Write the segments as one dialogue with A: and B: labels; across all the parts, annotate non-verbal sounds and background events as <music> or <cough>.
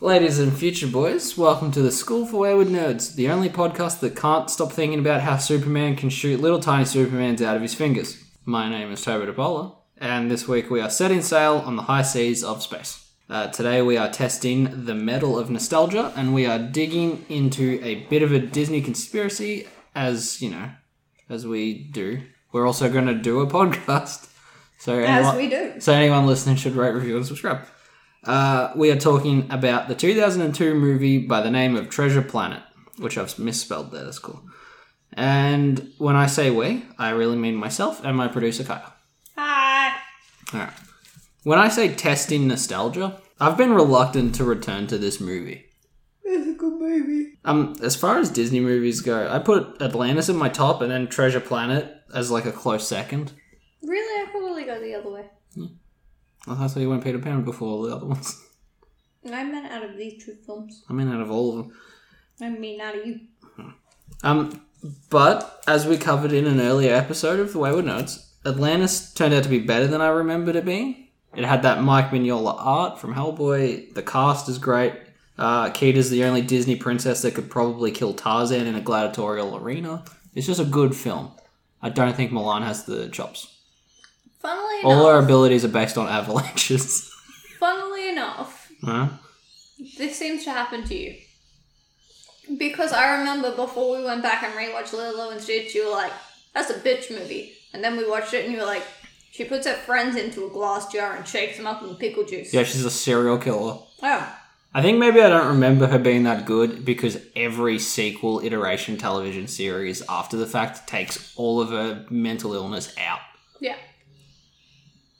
A: Ladies and future boys, welcome to the School for Wayward Nerds, the only podcast that can't stop thinking about how Superman can shoot little tiny Supermans out of his fingers. My name is Toby DePola, and this week we are setting sail on the high seas of space. Uh, today we are testing the metal of nostalgia, and we are digging into a bit of a Disney conspiracy, as you know, as we do. We're also going to do a <laughs> podcast, so
B: As
A: anyone-
B: we do.
A: so anyone listening should rate, review, and subscribe. Uh, we are talking about the 2002 movie by the name of Treasure Planet, which I've misspelled there. That's cool. And when I say we, I really mean myself and my producer Kyle.
B: Hi.
A: All right. When I say testing nostalgia, I've been reluctant to return to this movie.
B: It's a good movie.
A: Um, as far as Disney movies go, I put Atlantis in my top and then Treasure Planet as like a close second.
B: Really, I probably go the other way.
A: I thought you went Peter Pan before all the other ones. <laughs>
B: I meant out of these two films.
A: I mean, out of all of them.
B: I mean, out of you.
A: Um, but as we covered in an earlier episode of the Wayward Notes, Atlantis turned out to be better than I remembered it being. It had that Mike Mignola art from Hellboy. The cast is great. Uh, Keita's the only Disney princess that could probably kill Tarzan in a gladiatorial arena. It's just a good film. I don't think Milan has the chops.
B: Funnily
A: All her
B: enough,
A: abilities are based on avalanches. <laughs>
B: funnily enough,
A: huh?
B: this seems to happen to you. Because I remember before we went back and rewatched Lilo and Stitch, you were like, that's a bitch movie. And then we watched it and you were like, she puts her friends into a glass jar and shakes them up in pickle juice.
A: Yeah, she's a serial killer.
B: Oh.
A: I think maybe I don't remember her being that good because every sequel iteration television series after the fact takes all of her mental illness out.
B: Yeah.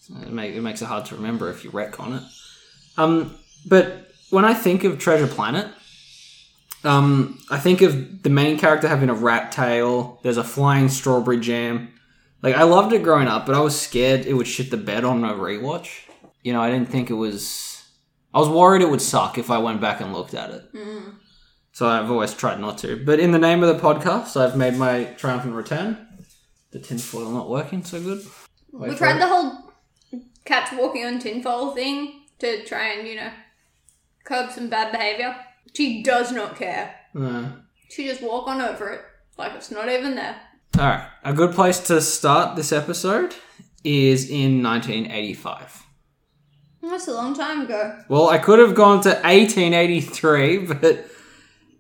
A: So it, make, it makes it hard to remember if you retcon it. Um, but when I think of Treasure Planet, um, I think of the main character having a rat tail. There's a flying strawberry jam. Like I loved it growing up, but I was scared it would shit the bed on a rewatch. You know, I didn't think it was. I was worried it would suck if I went back and looked at it.
B: Mm.
A: So I've always tried not to. But in the name of the podcast, I've made my triumphant return. The tinfoil not working so good. Wait
B: we
A: for
B: tried
A: it.
B: the whole cats walking on tinfoil thing to try and, you know, curb some bad behavior. She does not care.
A: Uh,
B: She just walk on over it like it's not even there.
A: all right. A good place to start this episode is in 1985.
B: That's a long time ago.
A: Well, I could have gone to 1883, <laughs> but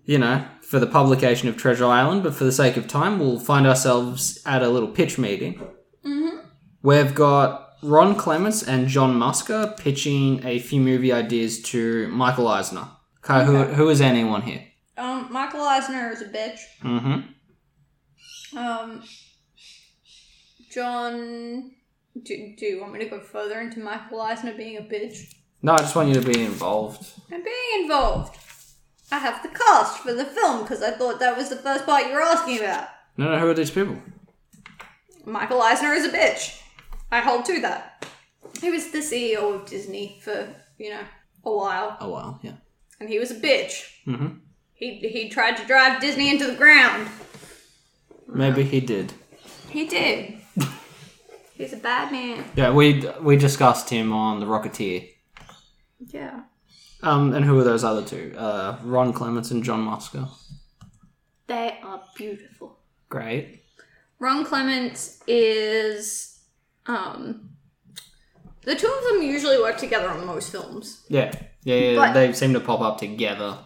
A: you know, for the publication of Treasure Island, but for the sake of time, we'll find ourselves at a little pitch meeting.
B: hmm
A: We've got Ron Clements and John Musker pitching a few movie ideas to Michael Eisner. Okay, who, who is anyone here?
B: Um, Michael Eisner is a bitch.
A: Mm-hmm.
B: Um, John. Do, do you want me to go further into Michael Eisner being a bitch?
A: No, I just want you to be involved.
B: I'm being involved. I have the cast for the film because I thought that was the first part you were asking about.
A: No, no, who are these people?
B: Michael Eisner is a bitch. I hold to that. He was the CEO of Disney for, you know, a while,
A: Oh, wow, yeah.
B: and he was a bitch.
A: Mhm.
B: He, he tried to drive Disney into the ground.
A: Maybe he did.
B: He did. He's a bad man.
A: Yeah, we we discussed him on The Rocketeer.
B: Yeah.
A: Um, and who are those other two? Uh, Ron Clements and John Musker.
B: They are beautiful.
A: Great.
B: Ron Clements is. Um, the two of them usually work together on most films.
A: Yeah, yeah, yeah,
B: But-
A: they seem to pop up together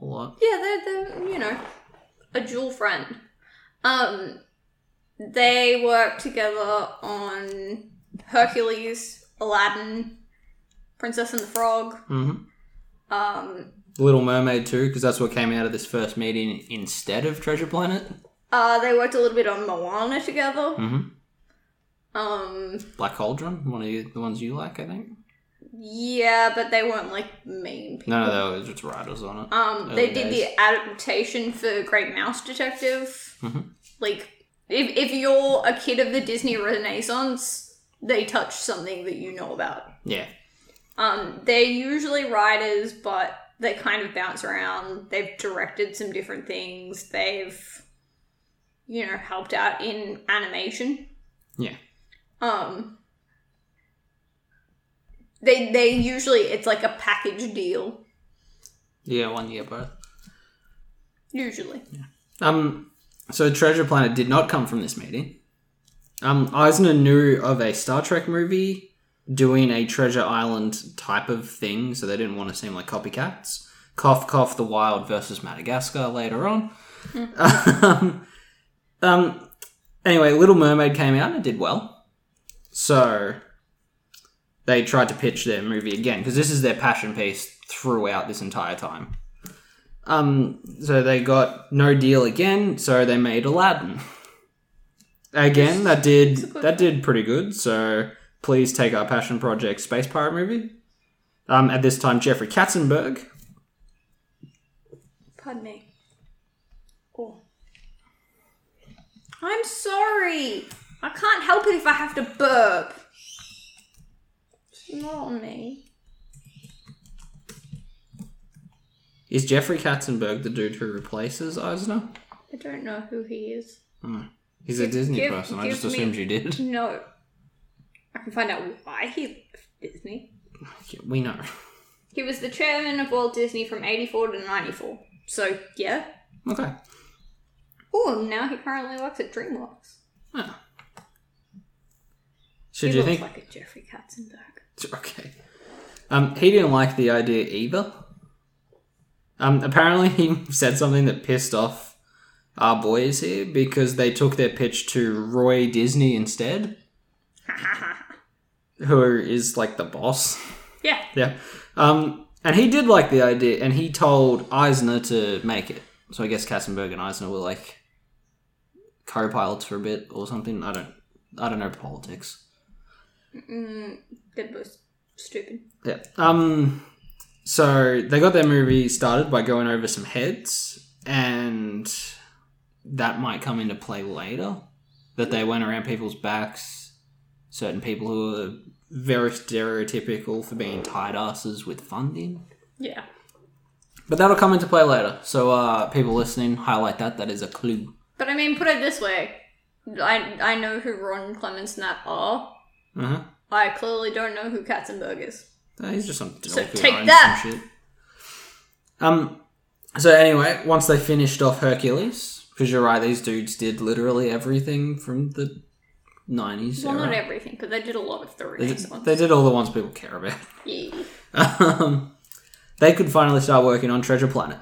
A: a lot.
B: Yeah, they're, they're you know, a dual friend. Um, they work together on Hercules, Aladdin, Princess and the Frog.
A: Mm-hmm.
B: Um,
A: Little Mermaid too, because that's what came out of this first meeting instead of Treasure Planet.
B: uh, they worked a little bit on Moana together.
A: Mm-hmm.
B: Um,
A: Black Cauldron, one of you, the ones you like, I think.
B: yeah, but they weren't like main people.
A: No, no, there was just writers on it.
B: Um, they
A: Early
B: did
A: days.
B: the adaptation for Great Mouse Detective.
A: Mhm.
B: Like, if if you're a kid of the Disney Renaissance, they touch something that you know about.
A: Yeah,
B: Um, they're usually writers, but they kind of bounce around. They've directed some different things. They've, you know, helped out in animation.
A: Yeah.
B: Um. They they usually it's like a package deal.
A: Yeah, one year both.
B: Usually.
A: Um, so Treasure Planet did not come from this meeting. Um, Eisner knew of a Star Trek movie doing a Treasure Island type of thing, so they didn't want to seem like copycats. Cough, cough, the wild versus Madagascar later on. <laughs> um, um, anyway, Little Mermaid came out and it did well. So they tried to pitch their movie again because this is their passion piece throughout this entire time. Um, so they got no deal again, so they made Aladdin. Again, that did that did pretty good. So please take our passion project space pirate movie. Um, at this time, Jeffrey Katzenberg.
B: Pardon me. Oh. I'm sorry. I can't help it if I have to burp. It's not on me.
A: Is Jeffrey Katzenberg the dude who replaces Eisner?
B: I don't know who he is.
A: He's a Disney
B: give-
A: person. I
B: give
A: just assumed
B: me-
A: you
B: <laughs>
A: did.
B: No. I can find out why he left Disney.
A: Yeah, we know.
B: He was the chairman of Walt Disney from 84 to 94. So, yeah.
A: Okay.
B: Oh, and now he currently works at DreamWorks.
A: Yeah. Ah. Should
B: he
A: you
B: looks
A: think?
B: like a Jeffrey Katzenberg. <laughs>
A: <laughs> Okay. Um, he didn't like the idea either. Um, apparently, he <laughs> said something that pissed off our boys here because they took their pitch to Roy Disney instead, who is like the boss.
B: yeah.
A: yeah. Um, and he did like the idea, and he told Eisner to make it. So I guess Katzenberg and Eisner were like co-pilots for a bit or something. I don't, I don't know politics.
B: Mm, they're both stupid.
A: Yeah. Um. So they got their movie started by going over some heads, and that might come into play later. That they went around people's backs, certain people who are very stereotypical for being tight asses with funding.
B: Yeah.
A: But that'll come into play later. So uh, people listening, highlight that. That is a clue.
B: But I mean, put it this way. I, I know who Ron Clements and that are.
A: Uh huh.
B: I clearly don't know who Katzenberg is.
A: Uh, He's just some
B: So
A: dork who
B: take
A: owns
B: that.
A: some shit. Um. So anyway, once they finished off Hercules, because you're right, these dudes did literally everything from the nineties.
B: Well, not everything, but they did a lot of the
A: they, did,
B: remakes ones.
A: they did all the ones people care about. <laughs>
B: Yeah.
A: um, they could finally start working on Treasure Planet.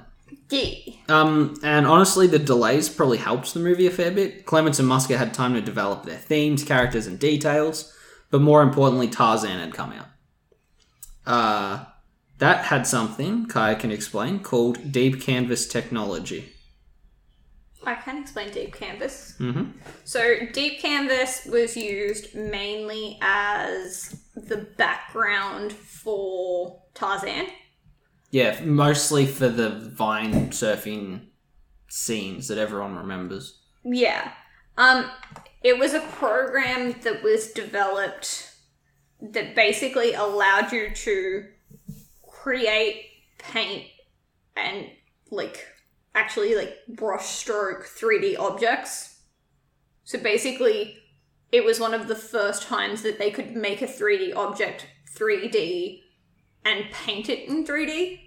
B: Yeah.
A: Um, and honestly, the delays probably helped the movie a fair bit. Clements and Musker had time to develop their themes, characters, and details, but more importantly, Tarzan had come out. Uh, that had something, Kaya can explain, called deep canvas technology.
B: I can explain deep canvas.
A: Mhm.
B: So deep canvas was used mainly as the background for Tarzan.
A: Yeah, mostly for the vine surfing scenes that everyone remembers.
B: Yeah. Um it was a program that was developed that basically allowed you to create, paint and like actually like brush stroke 3D objects. So basically it was one of the first times that they could make a 3D object 3D and paint it in 3D.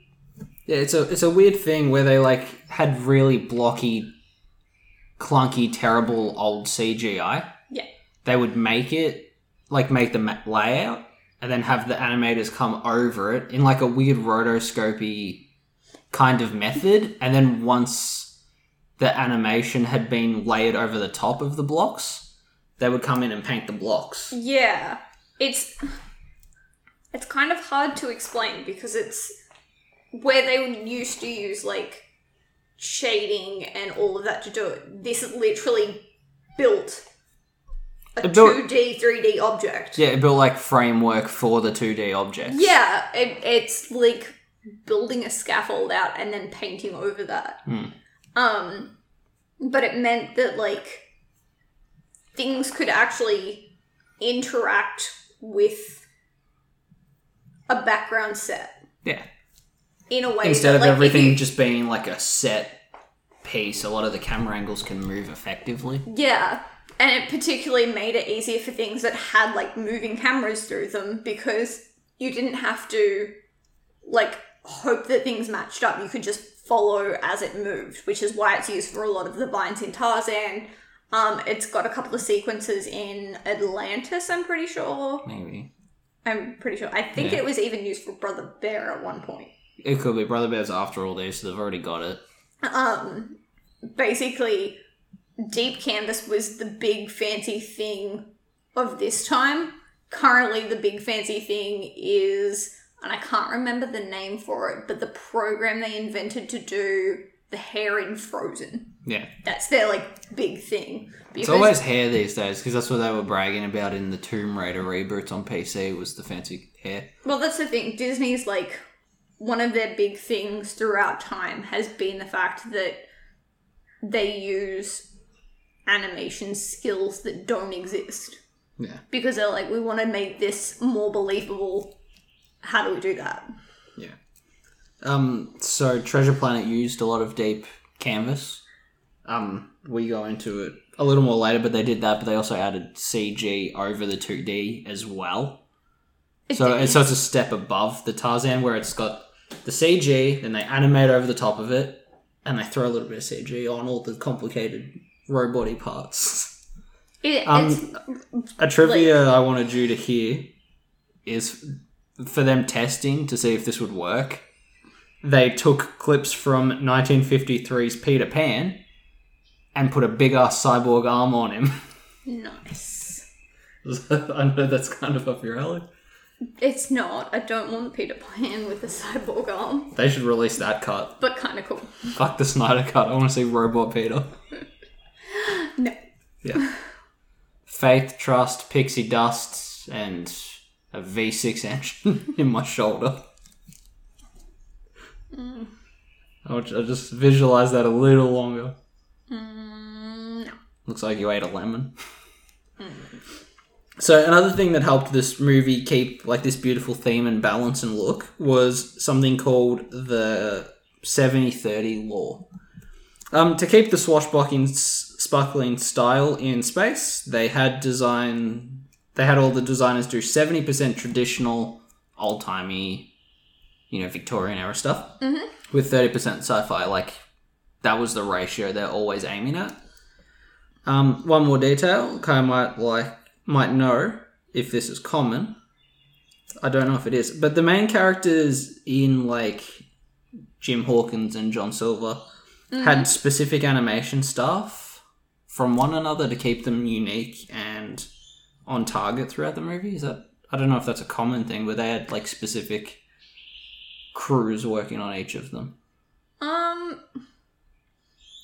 A: Yeah, it's a it's a weird thing where they like had really blocky, clunky, terrible old CGI.
B: Yeah.
A: They would make it like make the ma- layout and then have the animators come over it in like a weird rotoscopy kind of method, and then once the animation had been layered over the top of the blocks, they would come in and paint the blocks.
B: Mm. Yeah. It's it's kind of hard to explain because it's where they used to use like shading and all of that to do it. This is literally built a
A: It built-
B: two D, three D object.
A: Yeah, it built like framework for the two D objects.
B: Yeah, it, it's like building a scaffold out and then painting over that.
A: Hmm.
B: Um, but it meant that like things could actually interact with a background set
A: Yeah.
B: in a way
A: instead
B: that,
A: of
B: like, if
A: everything
B: you-
A: just being like a set piece a lot of the camera angles can move effectively
B: Yeah. And it particularly made it easier for things that had like moving cameras through them because you didn't have to like hope that things matched up. You could just follow as it moved, which is why it's used for a lot of the vines in Tarzan. Um, it's got a couple of sequences in Atlantis, I'm pretty sure.
A: Maybe.
B: I'm pretty sure. I think
A: Yeah.
B: it was even used for Brother Bear at one point.
A: It could be. Brother Bear's after all these, so they've already got it.
B: um basically deep canvas was the big fancy thing of this time currently the big fancy thing is and i can't remember the name for it but the program they invented to do the hair in frozen
A: Yeah.
B: that's their like big thing
A: It's always hair these days because that's what they were bragging about in the Tomb Raider reboots on PC was the fancy hair.
B: Well, that's the thing. Disney's like one of their big things throughout time has been the fact that they use animation skills that don't exist
A: Yeah.
B: because they're like, we want to make this more believable. How do we do that?
A: Yeah. Um, so Treasure Planet used a lot of deep canvas. Um, we go into it a little more later, but they did that, but they also added CG over the 2D as well.
B: It
A: So
B: didn't-
A: it's so it's a step above the Tarzan where it's got the CG, then they animate over the top of it, and they throw a little bit of CG on all the complicated roboty parts. <laughs>
B: it-
A: um,
B: it's
A: A trivia I wanted you to hear is for them testing to see if this would work. They took clips from 1953's Peter Pan and put a big ass cyborg arm on him. <laughs>
B: nice.
A: I know that's kind of up your alley.
B: It's not. I don't want Peter Pan with a cyborg arm,
A: They should release that cut.
B: but kind of cool.
A: Fuck the Snyder cut. I want to see Robot Peter.
B: No.
A: <laughs> Yeah. Faith, trust, pixie dust, and a V6 engine <laughs> in my shoulder. Mm. I want you- I just visualize that a little longer.
B: Mm, no. Mm.
A: Looks like you ate a lemon. So another thing that helped this movie keep like this beautiful theme and balance and look was something called the 70-30 law. Um, to keep the swashbuckling s- sparkling style in space, they had design they had all the designers do 70% traditional old-timey you know Victorian era stuff with 30% sci-fi like that was the ratio they're always aiming at. Um, one more detail, Kai might like might know if this is common. I don't know if it is, but the main characters in like Jim Hawkins and John Silver had
B: Mm.
A: specific animation stuff from one another to keep them unique and on target throughout the movie. Is that I don't know if that's a common thing, but they had like specific crews working on each of them.
B: Um.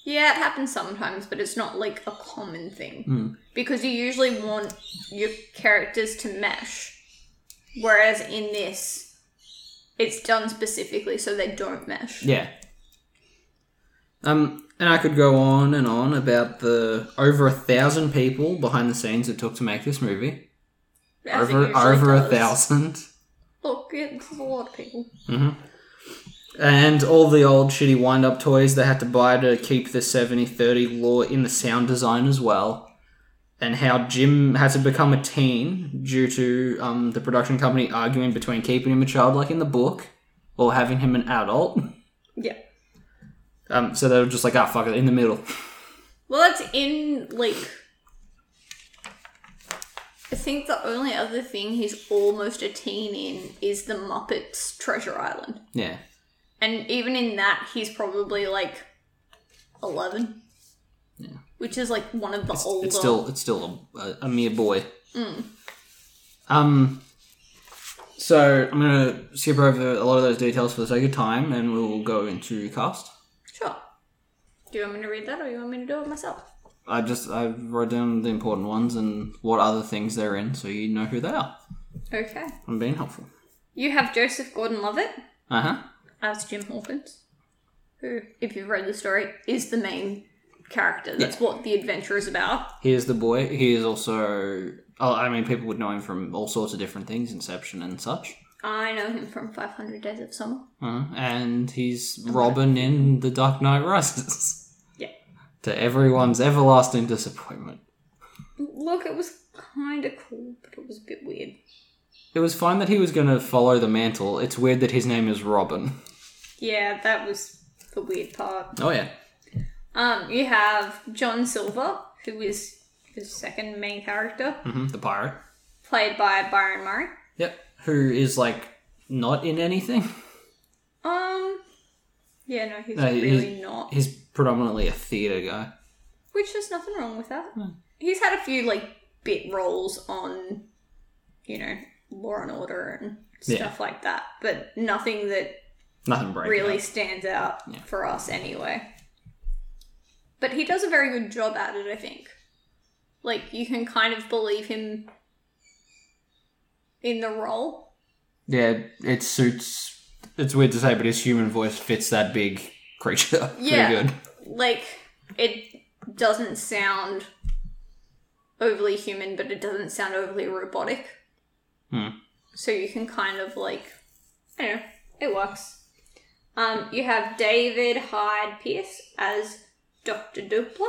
B: Yeah, it happens sometimes, but it's not like a common thing
A: Mm.
B: because you usually want your characters to mesh, whereas in this, it's done specifically so they don't mesh.
A: Yeah. Um, and I could go on and on about the over a thousand people behind the scenes it took to make this movie.
B: As it
A: over
B: usually
A: over
B: does.
A: a thousand. <laughs>
B: Look, it's a lot of people.
A: And all the old shitty wind up toys they had to buy to keep the 70 30 law in the sound design as well. And how Jim had to become a teen due to um, the production company arguing between keeping him a child, like in the book, or having him an adult.
B: Yeah.
A: Um, so they were just like, ah, fuck it, in the middle.
B: Well, that's in like. I think the only other thing he's almost a teen in is the Muppets Treasure Island.
A: Yeah.
B: And even in that, he's probably like eleven.
A: Yeah.
B: Which is like one of the older.
A: It's still it's still a, a, a mere boy. Um. So I'm gonna skip over a lot of those details for the sake of time, and we'll go into cast.
B: Sure. Do you want me to read that, or you want me to do it myself?
A: I just I wrote down the important ones and what other things they're in, so you know who they are.
B: Okay.
A: I'm being helpful.
B: You have Joseph Gordon-Levitt
A: Uh huh.
B: as Jim Hawkins, who, if you've read the story, is the main character. That's what the adventure is about.
A: He is the boy. He is also. Oh, I mean, people would know him from all sorts of different things, Inception and such.
B: I know him from Five Hundred Days of Summer.
A: Uh, and he's Robin in The Dark Knight Rises. <laughs>
B: Yeah.
A: To everyone's everlasting disappointment.
B: Look, it was kind of cool, but it was a bit weird.
A: It was fine that he was going to follow the mantle. It's weird that his name is Robin.
B: Yeah, that was the weird part.
A: Oh yeah.
B: Um, you have John Silver, who is the second main character,
A: hmm The pirate.
B: played by Byron Murray.
A: Yep. Who is like not in anything.
B: Um, yeah, no, he's
A: No, he-
B: really not.
A: He's predominantly a theatre guy.
B: Which there's nothing wrong with that.
A: No.
B: He's had a few like bit roles on, you know, Law and Order and
A: Yeah.
B: stuff like that, but nothing that
A: Nothing breaking.
B: really
A: up.
B: stands out
A: Yeah.
B: for us anyway. But he does a very good job at it, I think. Like you can kind of believe him in the role.
A: Yeah, it suits. It's weird to say, but his human voice fits that big creature <laughs>
B: Yeah.
A: pretty good.
B: Like it doesn't sound overly human, but it doesn't sound overly robotic.
A: Hmm.
B: So you can kind of like I don't know, it works. Um, you have David Hyde Pierce as Dr. Dupla.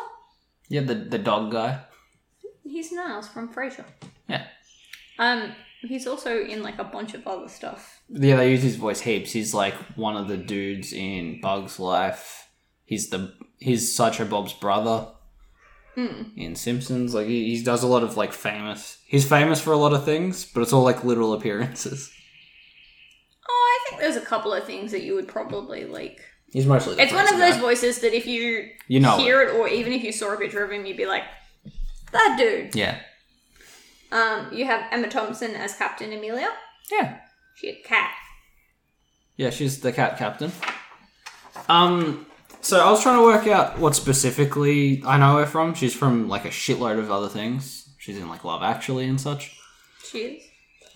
A: Yeah, the the dog guy.
B: He's Niles from Frasier.
A: Yeah.
B: Um, he's also in like a bunch of other stuff.
A: Yeah, they use his voice heaps. He's like one of the dudes in Bug's Life. He's the he's Sideshow Bob's brother
B: Mm.
A: in Simpsons. Like he, he does a lot of like famous. He's famous for a lot of things, but it's all like little appearances.
B: Oh, I think there's a couple of things that you would probably like.
A: He's mostly. The
B: It's one of
A: Frasier
B: those
A: guy.
B: voices that if you
A: You know. it.
B: hear it or even if you saw a picture of him, you'd be like, that dude.
A: Yeah.
B: Um, you have Emma Thompson as Captain Amelia.
A: Yeah.
B: She a cat.
A: Yeah, she's the cat captain. Um, so I was trying to work out what specifically I know her from. She's from like a shitload of other things. She's in like Love Actually and such.
B: She is.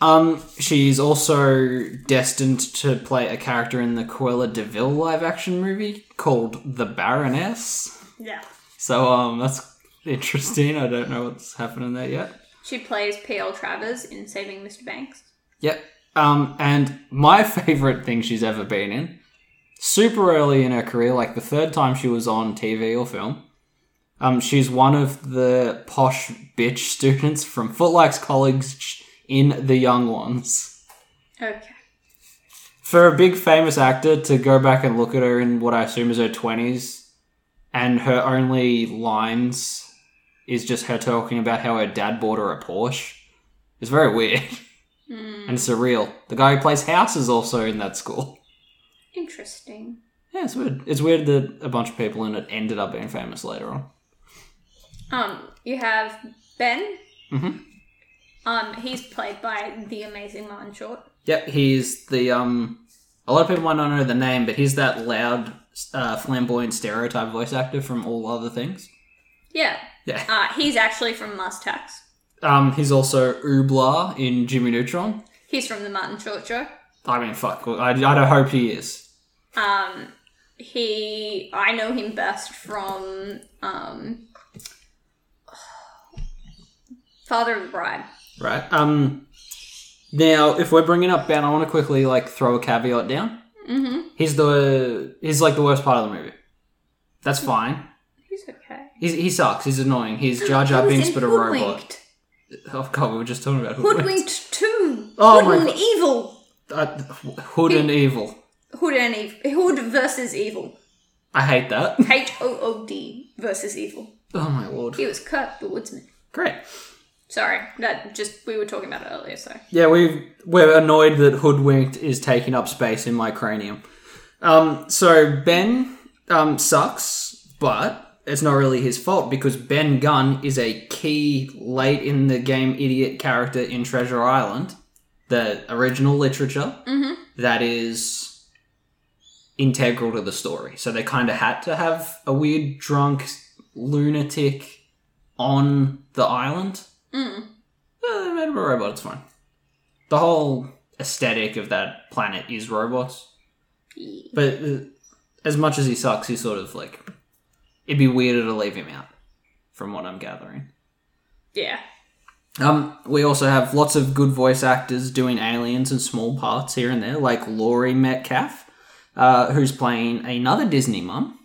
A: Um, she's also destined to play a character in the Cruella De Vil live action movie called The Baroness.
B: Yeah.
A: So um, that's interesting. I don't know what's happening there yet.
B: She plays P.L. Travers in Saving Mr. Banks.
A: Yep. Um, and my <laughs> favorite thing she's ever been in, super early in her career, like the third time she was on TV or film, um, she's one of the posh bitch <laughs> students from Footlights College in The Young Ones.
B: Okay.
A: For a big famous actor to go back and look at her in what I assume is her 20s, and her only lines is just her talking about how her dad bought her a Porsche, it's very weird.
B: Mm.
A: and surreal. The guy who plays House is also in that school.
B: Interesting.
A: Yeah, it's weird. It's weird that a bunch of people in it ended up being famous later on.
B: Um, you have Ben.
A: Mhm.
B: Um, he's played by the amazing Martin Short.
A: Yep, he's the um. A lot of people might not know the name, but he's that loud, uh, flamboyant stereotype voice actor from all other things.
B: Yeah.
A: Yeah.
B: Uh, he's actually from Mars Attacks.
A: Um, he's also Oobla in Jimmy Neutron.
B: He's from the Martin Short show.
A: I mean, fuck. I, I don't hope he is.
B: Um, he I know him best from um, Father of the Bride.
A: Right. Um. Now, if we're bringing up Ben, I want to quickly like throw a caveat down.
B: Mm-hmm.
A: He's the he's like the worst part of the movie. That's fine.
B: He's okay.
A: He's, he sucks. He's annoying. He's Jar Jar
B: He was
A: Binks,
B: in
A: but a
B: Hoodwinked.
A: robot. Oh god, we were just talking about Hood. Hood,
B: Hoodwinked two.
A: Oh
B: Oh
A: my
B: Hood and
A: God.
B: evil.
A: uh, Hood and evil.
B: Hood and evil. Hood versus evil.
A: I hate that. <laughs>
B: H O O D versus evil.
A: Oh my lord.
B: He was Kirk the Woodsman.
A: Great.
B: Sorry, that just we were talking about it earlier. So
A: Yeah, we we're annoyed that Hoodwinked is taking up space in my cranium. Um, so Ben um sucks, but it's not really his fault because Ben Gunn is a key late in the game idiot character in Treasure Island, the original literature.
B: mm-hmm.
A: that is integral to the story. So they kind of had to have a weird drunk lunatic on the island.
B: mm.
A: Eh, they made him a robot, it's fine. The whole aesthetic of that planet is robots.
B: Yeah.
A: But uh, as much as he sucks, he's sort of like. It'd be weirder to leave him out, from what I'm gathering.
B: yeah,
A: Um, we also have lots of good voice actors doing aliens and small parts here and there, like Laurie Metcalf, uh, who's playing another Disney mum.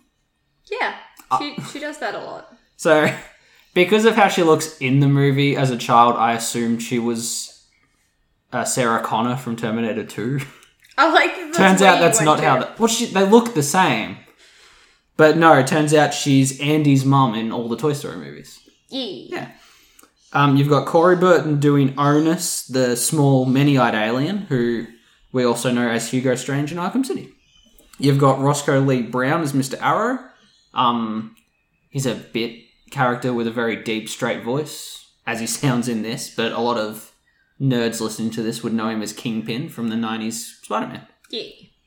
B: yeah.
A: Uh,
B: She she does that a lot.
A: So, <laughs> because of how she looks in the movie as a <laughs> child, I assumed she was uh, Sarah Connor from Terminator 2.
B: I like that. that's
A: turns
B: where
A: out
B: you
A: that's
B: went
A: not
B: to.
A: how that. Well, she, they look the same, but no. It turns out she's Andy's mum in all the Toy Story movies.
B: Yeah.
A: Yeah. Um, you've got Corey Burton doing Onus, the small many-eyed alien, who we also know as Hugo Strange in Arkham City. You've got Roscoe Lee Brown as Mr. Arrow. Um, he's a bit character with a very deep, straight voice, as he <laughs> sounds in this. But a lot of nerds listening to this would know him as Kingpin from the '90s Spider-Man
B: Yeah.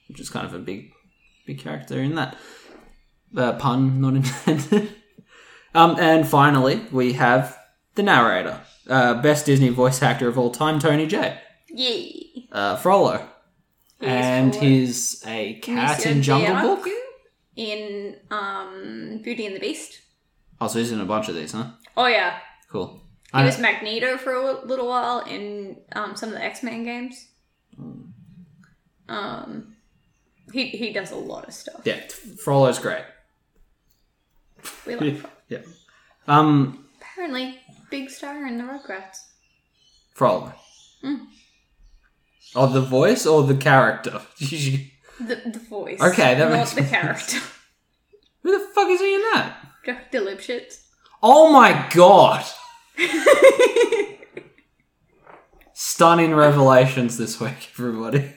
A: which is kind of a big, big character in that. Uh, pun not <laughs> intended. um, and finally, we have the narrator, uh, best Disney voice actor of all time, Tony J.
B: Yeah.
A: Uh, Frollo,
B: He's
A: and
B: Frollo.
A: he's a cat in
B: Monsieur
A: Jungle
B: Diaku
A: Book.
B: In um, Beauty and the Beast.
A: Oh, so he's in a bunch of these, huh?
B: Oh yeah,
A: Cool.
B: he
A: I-
B: was Magneto for a li- little while in um, some of the X Men games. Um, he he does a lot of stuff.
A: yeah, Frollo's great. <laughs>
B: We like
A: Yeah. yeah. Um,
B: apparently big star in the Rugrats.
A: Frollo.
B: Mm.
A: Of the voice or the character? <laughs>
B: The, the voice.
A: Okay, that
B: not
A: makes <laughs>
B: the
A: more
B: character.
A: Who the fuck is he in that?
B: Dr. Lipschitz.
A: Oh my god! Stunning revelations this week, everybody.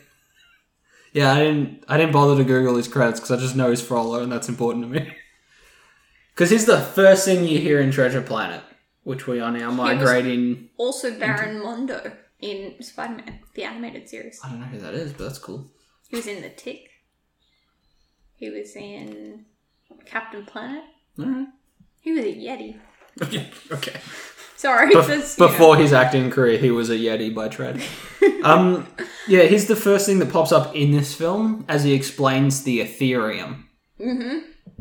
A: Yeah, I didn't. I didn't bother to Google his credits because I just know he's Frollo, and that's important to me. <laughs> Because he's the first thing you hear in Treasure Planet, which we are now migrating.
B: Also Baron Mondo in Spider Man, the animated series.
A: I don't know who that is, but that's cool. <laughs>
B: He was in The Tick. He was in Captain Planet.
A: All right.
B: He was a Yeti.
A: Okay. okay.
B: Sorry,
A: Bef-
B: that's, you know.
A: before his acting career, he was a Yeti by trade. um, yeah, he's the first thing that pops up in this film as he explains the Ethereum. Mm-hmm.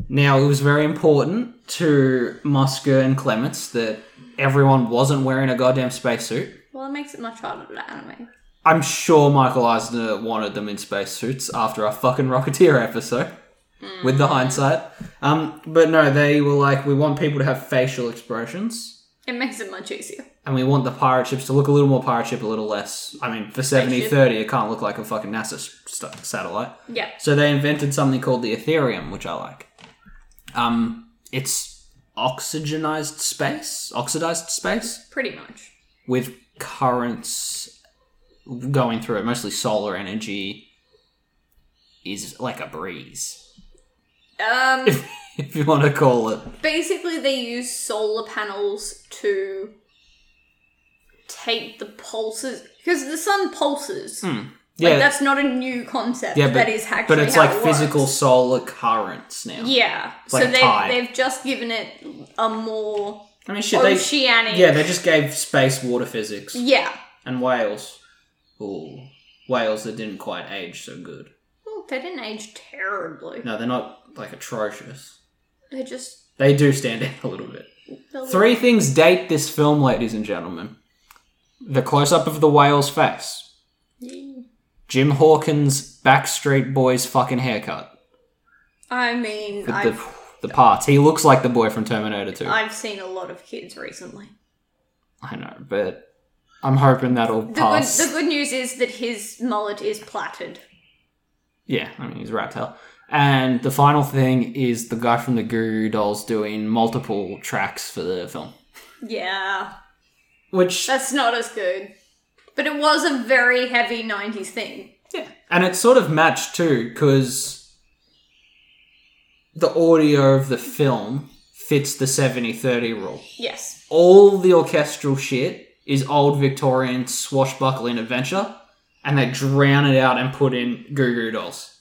A: Now, it was very important to Musker and Clements that everyone wasn't wearing a goddamn spacesuit.
B: Well, it makes it much harder to animate.
A: I'm sure Michael Eisner wanted them in spacesuits after our fucking Rocketeer episode. With the hindsight, um, but no, they were like, we want people to have facial expressions.
B: It makes it much easier.
A: and we want the pirate ships to look a little more pirate ship, a little less. I mean, for 70
B: Spaceship.
A: 30, it can't look like a fucking NASA s- st- satellite.
B: Yeah.
A: So they invented something called the Ethereum, which I like. Um, it's oxygenized space, oxidized space,
B: Pretty much.
A: with currents going through it. Mostly solar energy is like a breeze, <laughs>
B: Um,
A: if you want to call it.
B: basically, they use solar panels to take the pulses because the sun pulses.
A: Hmm. Yeah,
B: Like, that's not a new concept.
A: yeah, but,
B: that is actually
A: but it's
B: how
A: like
B: it
A: physical
B: works.
A: solar currents now.
B: Yeah.
A: like
B: so
A: a
B: they
A: tide.
B: they've just given it a more
A: I mean,
B: Oh,
A: shit, they,
B: oceanic.
A: Yeah, they just gave space water physics
B: yeah.
A: and whales. Ooh, whales that didn't quite age so good.
B: Well, Oh, they didn't age terribly.
A: No, they're not like atrocious.
B: They just
A: They do stand <laughs> out a little bit.
B: they're
A: Three things date this film, ladies and gentlemen: the close-up of the whale's face,
B: little-
A: Jim Hawkins' Backstreet Boys fucking haircut,
B: I mean,
A: with
B: I've
A: the the parts. He looks like the boy from Terminator 2. I,
B: I've seen a lot of kids recently.
A: know, but I'm hoping that'll
B: The good,
A: pass.
B: the good news is that his mullet is plaited.
A: Yeah, I mean, he's a rat tail. And the final thing is the guy from the Goo Goo Dolls doing multiple tracks for the film.
B: Yeah,
A: Which,
B: that's not as good. But it was a very heavy 90s thing.
A: yeah. And it's sort of matched too, because the audio of the film fits the 70 30 rule.
B: Yes.
A: All the orchestral shit is old Victorian swashbuckling adventure, and they drown it out and put in Goo Goo Dolls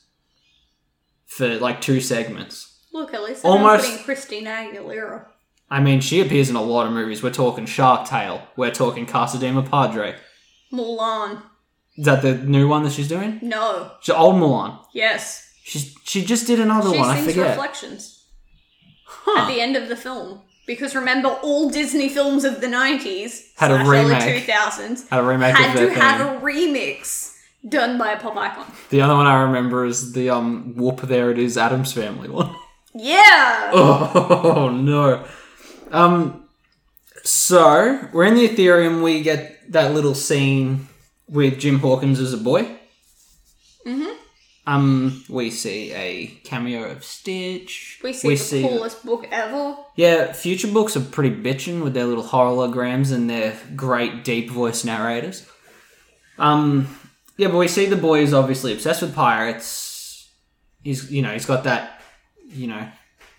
A: for like two segments.
B: Look, at least they're not
A: Almost-
B: putting Christina Aguilera.
A: I mean, she appears in a lot of movies. We're talking Shark Tale. We're talking Casadema Padre.
B: Mulan.
A: Is that the new one that she's doing?
B: No.
A: She's old Mulan.
B: Yes.
A: She's she just did another
B: she
A: one. I
B: sings
A: forget.
B: Reflections
A: huh?
B: at the end of the film. Because remember, all Disney films of the 90s
A: Had a
B: slash early
A: remake.
B: 2000s
A: Had a remake
B: had
A: of their
B: to
A: thing.
B: have a remix done by a pop icon.
A: The other one I remember is the um whoop. There it is. Adam's Family one.
B: Yeah!
A: <laughs> Oh no. Um so we're in the Ethereum, we get that little scene with Jim Hawkins as a boy.
B: Mhm.
A: Um, we see a cameo of Stitch.
B: We see the coolest book ever.
A: Yeah, future books are pretty bitchin' with their little holograms and their great deep voice narrators. Um, yeah, but we see the boy is obviously obsessed with pirates. He's you know he's got that you know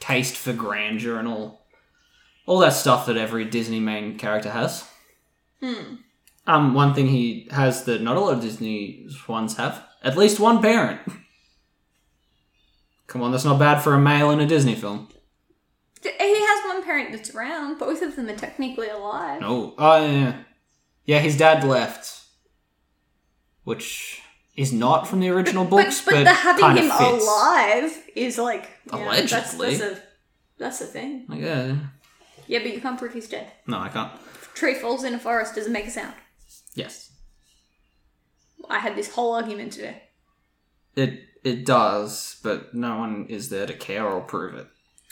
A: taste for grandeur and all all that stuff that every Disney main character has.
B: Hmm.
A: Um, one thing he has that not a lot of Disney ones have at least one parent. <laughs> Come on, that's not bad for a male in a Disney film.
B: D- He has one parent that's around. Both of them are technically alive.
A: No. Oh, yeah, yeah. Yeah, his dad left. Which is not from the original books, but,
B: but, the having
A: kinda
B: him
A: fits.
B: alive is like you know,
A: Allegedly.
B: That's, that's, a, that's a thing.
A: Like, yeah.
B: Yeah, but you can't prove he's dead.
A: No, I can't.
B: If a tree falls in a forest doesn't make a sound.
A: Yes.
B: I had this whole argument today.
A: It it does, but no one is there to care or prove it.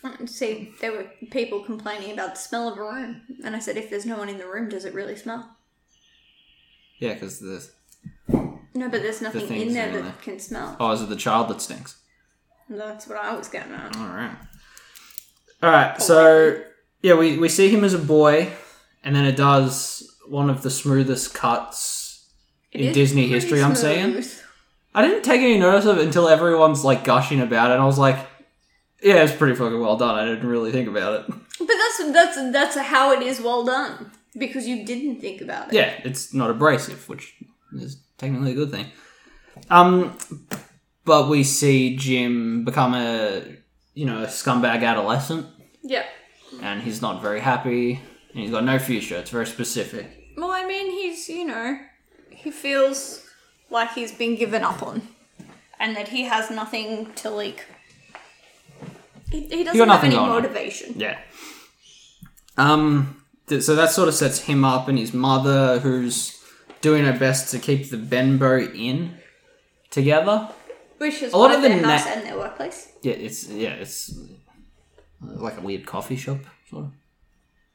B: Mm, See, there were people complaining about the smell of a room, and I said, if there's no one in the room, does it really smell?
A: Yeah, because the
B: No, but there's nothing
A: things
B: in there
A: in
B: that
A: there.
B: can smell.
A: oh, is it the child that stinks?
B: That's what I was getting at.
A: All right. All right. So yeah, we we see him as a boy, and then it does one of the smoothest cuts
B: It
A: In
B: is
A: Disney
B: pretty
A: history, I'm saying?
B: smooth.
A: I didn't take any notice of it until everyone's like gushing about it, and I was like, "Yeah, it's pretty fucking well done." I didn't really think about it.
B: But that's that's that's how it is. Well done, because you didn't think about
A: <laughs>
B: it.
A: Yeah, it's not abrasive, which is technically a good thing. Um, but we see Jim become a you know a scumbag adolescent,
B: Yeah.
A: and he's not very happy, and he's got no future. It's very specific.
B: Well, I mean, he's you know, he feels like he's been given up on, and that he has nothing to like. He, he doesn't have
A: nothing
B: any
A: going on.
B: motivation.
A: Yeah. Um. th- So that sort of sets him up, and his mother, who's doing her best to keep the Benbow in together.
B: Which is
A: A lot
B: both
A: of the
B: their house
A: na-
B: and their workplace.
A: Yeah, it's yeah, it's like a weird coffee shop sort of.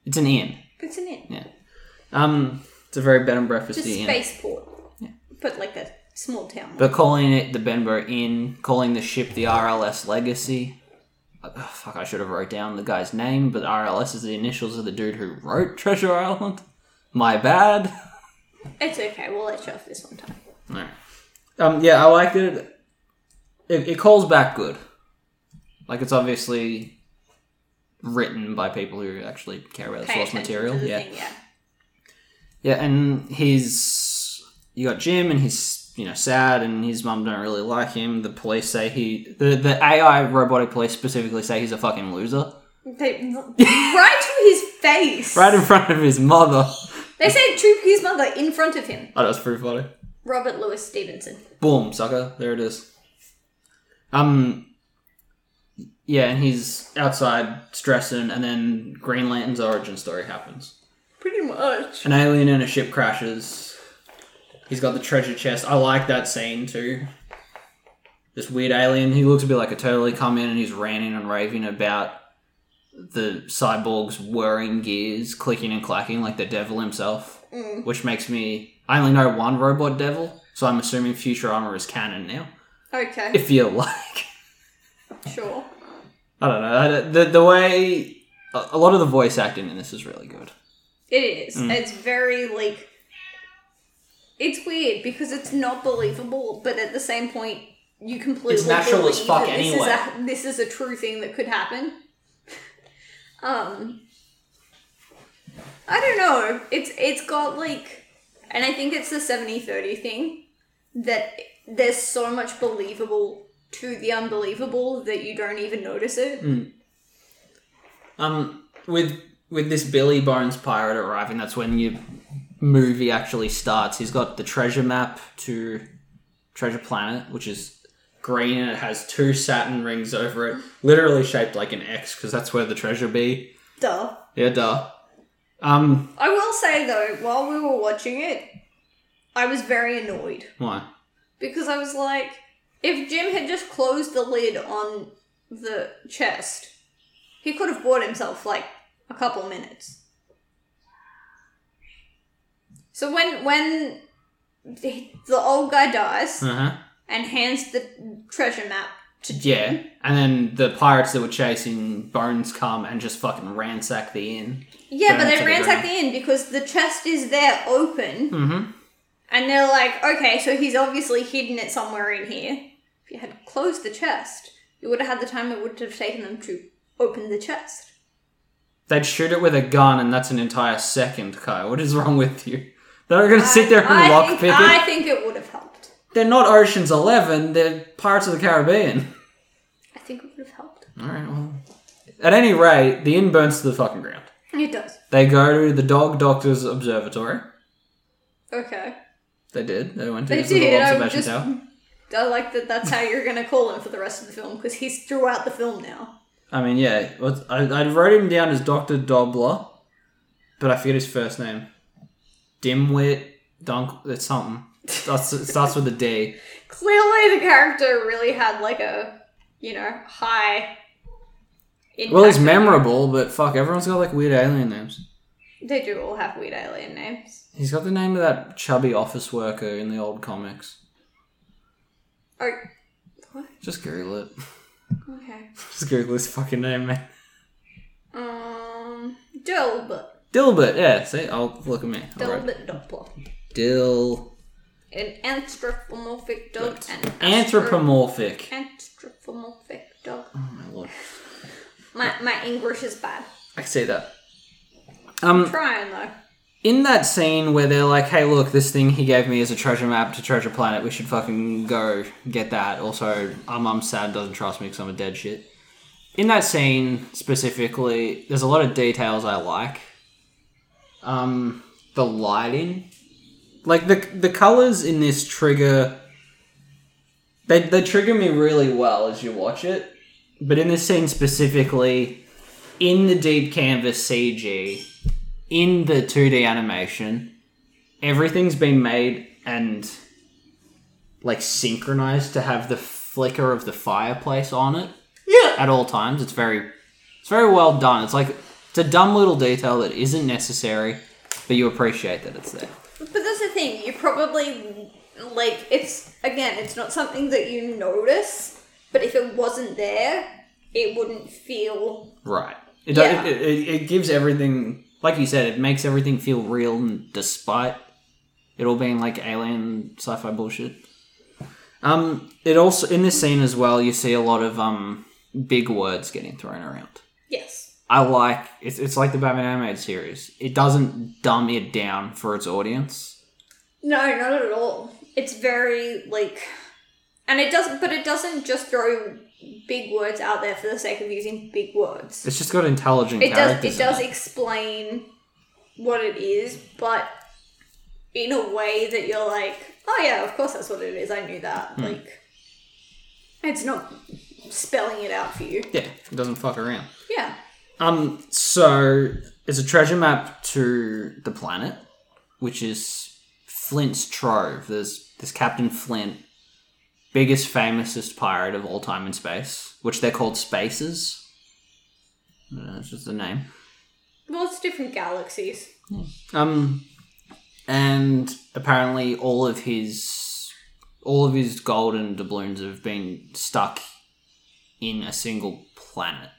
A: It's an inn.
B: It's an inn.
A: Yeah. Um, it's a very bed and
B: Just
A: breakfasty inn.
B: spaceport. But like a small town.
A: uh, But calling it the Benbow Inn, calling the ship the RLS Legacy. uh, Ugh, fuck, I should have wrote down the guy's name, but RLS is the initials of the dude who wrote Treasure Island. My bad.
B: it's okay. We'll let you off this one time.
A: Alright. Um, yeah, I liked it. it. It calls back good. Like, it's obviously written by people who actually care about the
B: Pay
A: source
B: attention
A: material.
B: to the
A: Yeah.
B: thing, yeah.
A: Yeah, and he's you got Jim, and he's you know sad, and his mum don't really like him. The police say he the the AI robotic police specifically say he's a fucking loser,
B: They, <laughs> right to his face.
A: right in front of his mother. <laughs>
B: They say it to his mother in front of him.
A: Oh, that's pretty funny.
B: Robert Louis Stevenson.
A: Boom, sucker! There it is. Um, yeah, and he's outside stressing, and then Green Lantern's origin story happens.
B: Pretty much.
A: An alien in a ship crashes. He's got the treasure chest. I like that scene too. This weird alien, he looks a bit like a turtle. He come in and he's ranting and raving about the cyborgs whirring gears, clicking and clacking like the devil himself.
B: Mm.
A: Which makes me. I only know one robot devil, so I'm assuming Future Armor is canon now.
B: Okay,
A: If you <laughs> like.
B: sure.
A: I don't know. I don't- The, the way. A a lot of the voice acting in this is really good.
B: It
A: Mm.
B: is. It's very like. It's weird because it's not believable, but at the same point, you completely
A: It's natural as
B: believe
A: fuck
B: that this
A: anyway.
B: Is a, this is a true thing that could happen. <laughs> um, I don't know. It's it's got like, and I think it's the 70-30 thing that there's so much believable to the unbelievable that you don't even notice it.
A: Mm. Um, with with this Billy Bones pirate arriving, that's when your movie actually starts. He's got the treasure map to Treasure Planet, which is green and it has two satin rings over it, literally shaped like an X because that's where the treasure be.
B: Duh.
A: Yeah, duh. Um,
B: I will say though, while we were watching it, I was very annoyed
A: why?
B: because I was like, if Jim had just closed the lid on the chest, he could have bought himself like a couple minutes. So when when the the old guy dies
A: Uh huh.
B: and hands the treasure map to
A: Yeah, and then the pirates that were chasing Bones come and just fucking ransack the inn.
B: Yeah, but
A: Burn it
B: they
A: to the
B: ransack
A: ground.
B: the inn because the chest is there open,
A: Mm-hmm.
B: and they're like, okay, so he's obviously hidden it somewhere in here. If you had closed the chest, you would have had the time it would have taken them to open the chest.
A: They'd shoot it with a gun, and that's an entire second, Kyle. What is wrong with you? They're gonna sit there
B: I
A: and lock
B: think,
A: pick
B: I
A: it.
B: think it would have helped.
A: They're not Ocean's Eleven. They're Pirates of the Caribbean.
B: I think it would have helped.
A: All right. Well, at any rate, the inn burns to the fucking ground.
B: It does.
A: They go to the dog doctor's observatory.
B: Okay.
A: They did. They went to
B: They
A: his little
B: did, I
A: observation
B: just-
A: tower.
B: I like that that's how you're going to call him for the rest of the film because he's throughout the film now.
A: I mean, yeah. what's- I, I wrote him down as Doctor Dobler, but I forget his first name. Dimwit Dunk. It's something. Starts, it starts with a D.
B: Clearly, the character really had like a, you know, high.
A: Well, he's
B: impact.
A: memorable, but fuck, everyone's got like weird alien names.
B: They do all have weird alien names.
A: He's got the name of that chubby office worker in the old comics.
B: Oh, what?
A: Just Google it. <laughs>
B: Okay.
A: Just Google his fucking name, man.
B: Um, Dilbert.
A: Dilbert. Yeah. See, I'll look at me. I'll write
B: Dilbert Doppler.
A: Dil.
B: An anthropomorphic dog. and
A: Anthropomorphic.
B: Anthropomorphic dog.
A: Oh my lord.
B: My, my English is bad.
A: I can see that. Um,
B: Trying though.
A: in that scene where they're like, "Hey, look, this thing he gave me is a treasure map to Treasure Planet. We should fucking go get that." Also, our mum's sad, doesn't trust me because I'm a dead shit. In that scene specifically, there's a lot of details I like. Um, the lighting, like the the colors in this trigger, they they trigger me really well as you watch it. But in this scene specifically, in the deep canvas CG, in the 2D animation, everything's been made and like synchronized to have the flicker of the fireplace on it
B: Yeah.
A: at all times. It's very it's very well done. It's like it's a dumb little detail that isn't necessary, but you appreciate that it's there.
B: But that's the thing. You probably like it's again. It's not something that you notice. But if it wasn't there, it wouldn't feel.
A: Right. It, does
B: Yeah.
A: it, it, it gives everything like you said, it makes everything feel real and despite it all being like alien sci-fi bullshit. Um it also in this scene as well you see a lot of um big words getting thrown around.
B: Yes.
A: I like it's it's like the Batman animated series. It doesn't dumb it down for its audience.
B: No, not at all. It's very like, and it doesn't. But it doesn't just throw big words out there for the sake of using big words.
A: It's just got intelligent
B: It does.
A: characters.
B: It
A: in
B: does e- explain what it is, but in a way that you're like, oh yeah, of course that's what it is. I knew that. Like, it's not spelling it out for you.
A: Yeah, it doesn't fuck around.
B: Yeah.
A: Um, so it's a treasure map to the planet, which is Flint's Trove. There's this Captain Flint, biggest, famousest pirate of all time in space, which they're called Spaces. I don't know, That's just the name.
B: Well, it's different galaxies.
A: Um, and apparently all of his all of his gold and doubloons have been stuck in a single planet,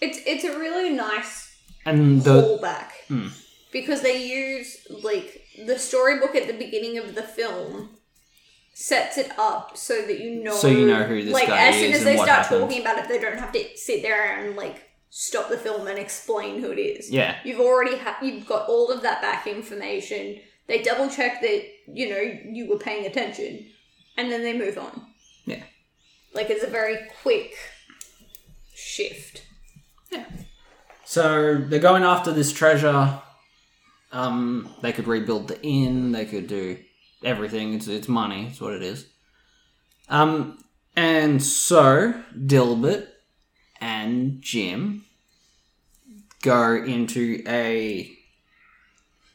B: It's it's a really nice
A: and the Hmm.
B: callback because they use like the storybook at the beginning of the film sets it up so that you know
A: So you know who this
B: like
A: guy
B: as soon
A: is
B: as
A: and
B: they
A: what
B: start
A: happened.
B: talking about it they don't have to sit there and like stop the film and explain who it is
A: Yeah.
B: you've already ha- you've got all of that back information they double check that you know you were paying attention and then they move on
A: yeah.
B: like it's a very quick shift
A: So they're going after this treasure. Um, they could rebuild the inn. They could do everything. It's it's money. It's what it is. Um, and so Dilbert and Jim go into a,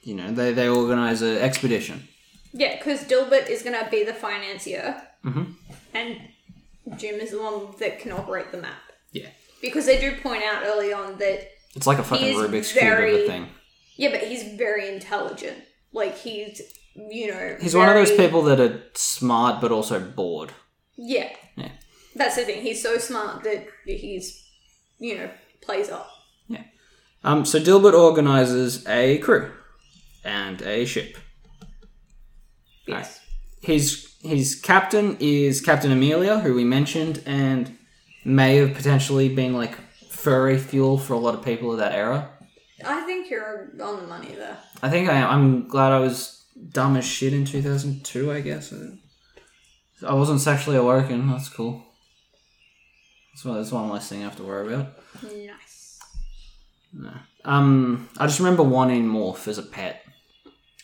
A: you know, they they organize an expedition.
B: Yeah, because Dilbert is going to be the financier,
A: Mhm.
B: and Jim is the one that can operate the map.
A: Yeah,
B: Because they do point out early on that,
A: it's like a fucking
B: is
A: Rubik's cube of
B: very-
A: a thing.
B: yeah, but he's very intelligent. Like, he's, you know.
A: He's one of those
B: very-
A: people that are smart but also bored.
B: Yeah.
A: Yeah.
B: That's the thing. He's so smart that he's, you know, plays up.
A: Um, so Dilbert organizes a crew and a ship.
B: Yes.
A: His his captain is Captain Amelia, who we mentioned, and may have potentially been like furry fuel for a lot of people of that era.
B: I think you're on the money there.
A: I think I am. I'm glad I was dumb as shit in 2002. I guess I wasn't sexually awoken. That's cool. That's one, that's one less thing I have to worry about.
B: Nice.
A: No. Um, I just remember wanting Morph as a pet.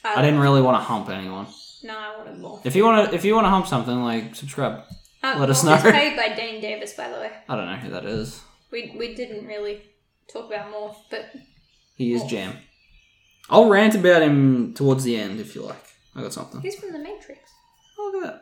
B: Uh,
A: I didn't really want to hump anyone.
B: No, I wanted more.
A: If you want to, if you want to hump something, like subscribe.
B: Um,
A: Let us
B: Morph is
A: know.
B: paid by Dane Davis, by the way.
A: I don't know who that is.
B: We we didn't really talk about Morph, but
A: He is
B: Morph.
A: jam. I'll rant about him towards the end if you like. I got something.
B: he's from the Matrix.
A: Oh, look at that.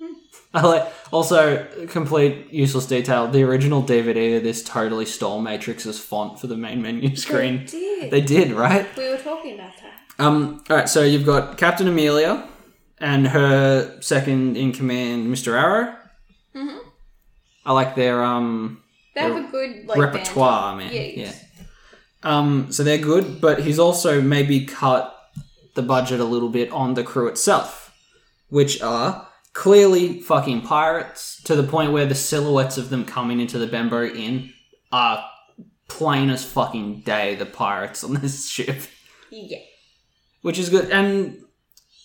A: Hmm. I like. Also, complete useless detail. The original DVD of this totally stole Matrix's font for the main
B: <laughs>
A: menu
B: We
A: screen.
B: did.
A: They did, right?
B: we were talking about that.
A: Um, all right, so you've got Captain Amelia and her second in command, Mr. Arrow.
B: Mhm.
A: I like their um,
B: They have a good like
A: repertoire,
B: banter.
A: man.
B: Yeah.
A: Yeah. Um, so they're good, but he's also maybe cut the budget a little bit on the crew itself, which are clearly fucking pirates to the point where the silhouettes of them coming into the Bembo Inn are plain as fucking day the pirates on this <laughs> ship
B: Yeah.
A: which is good. And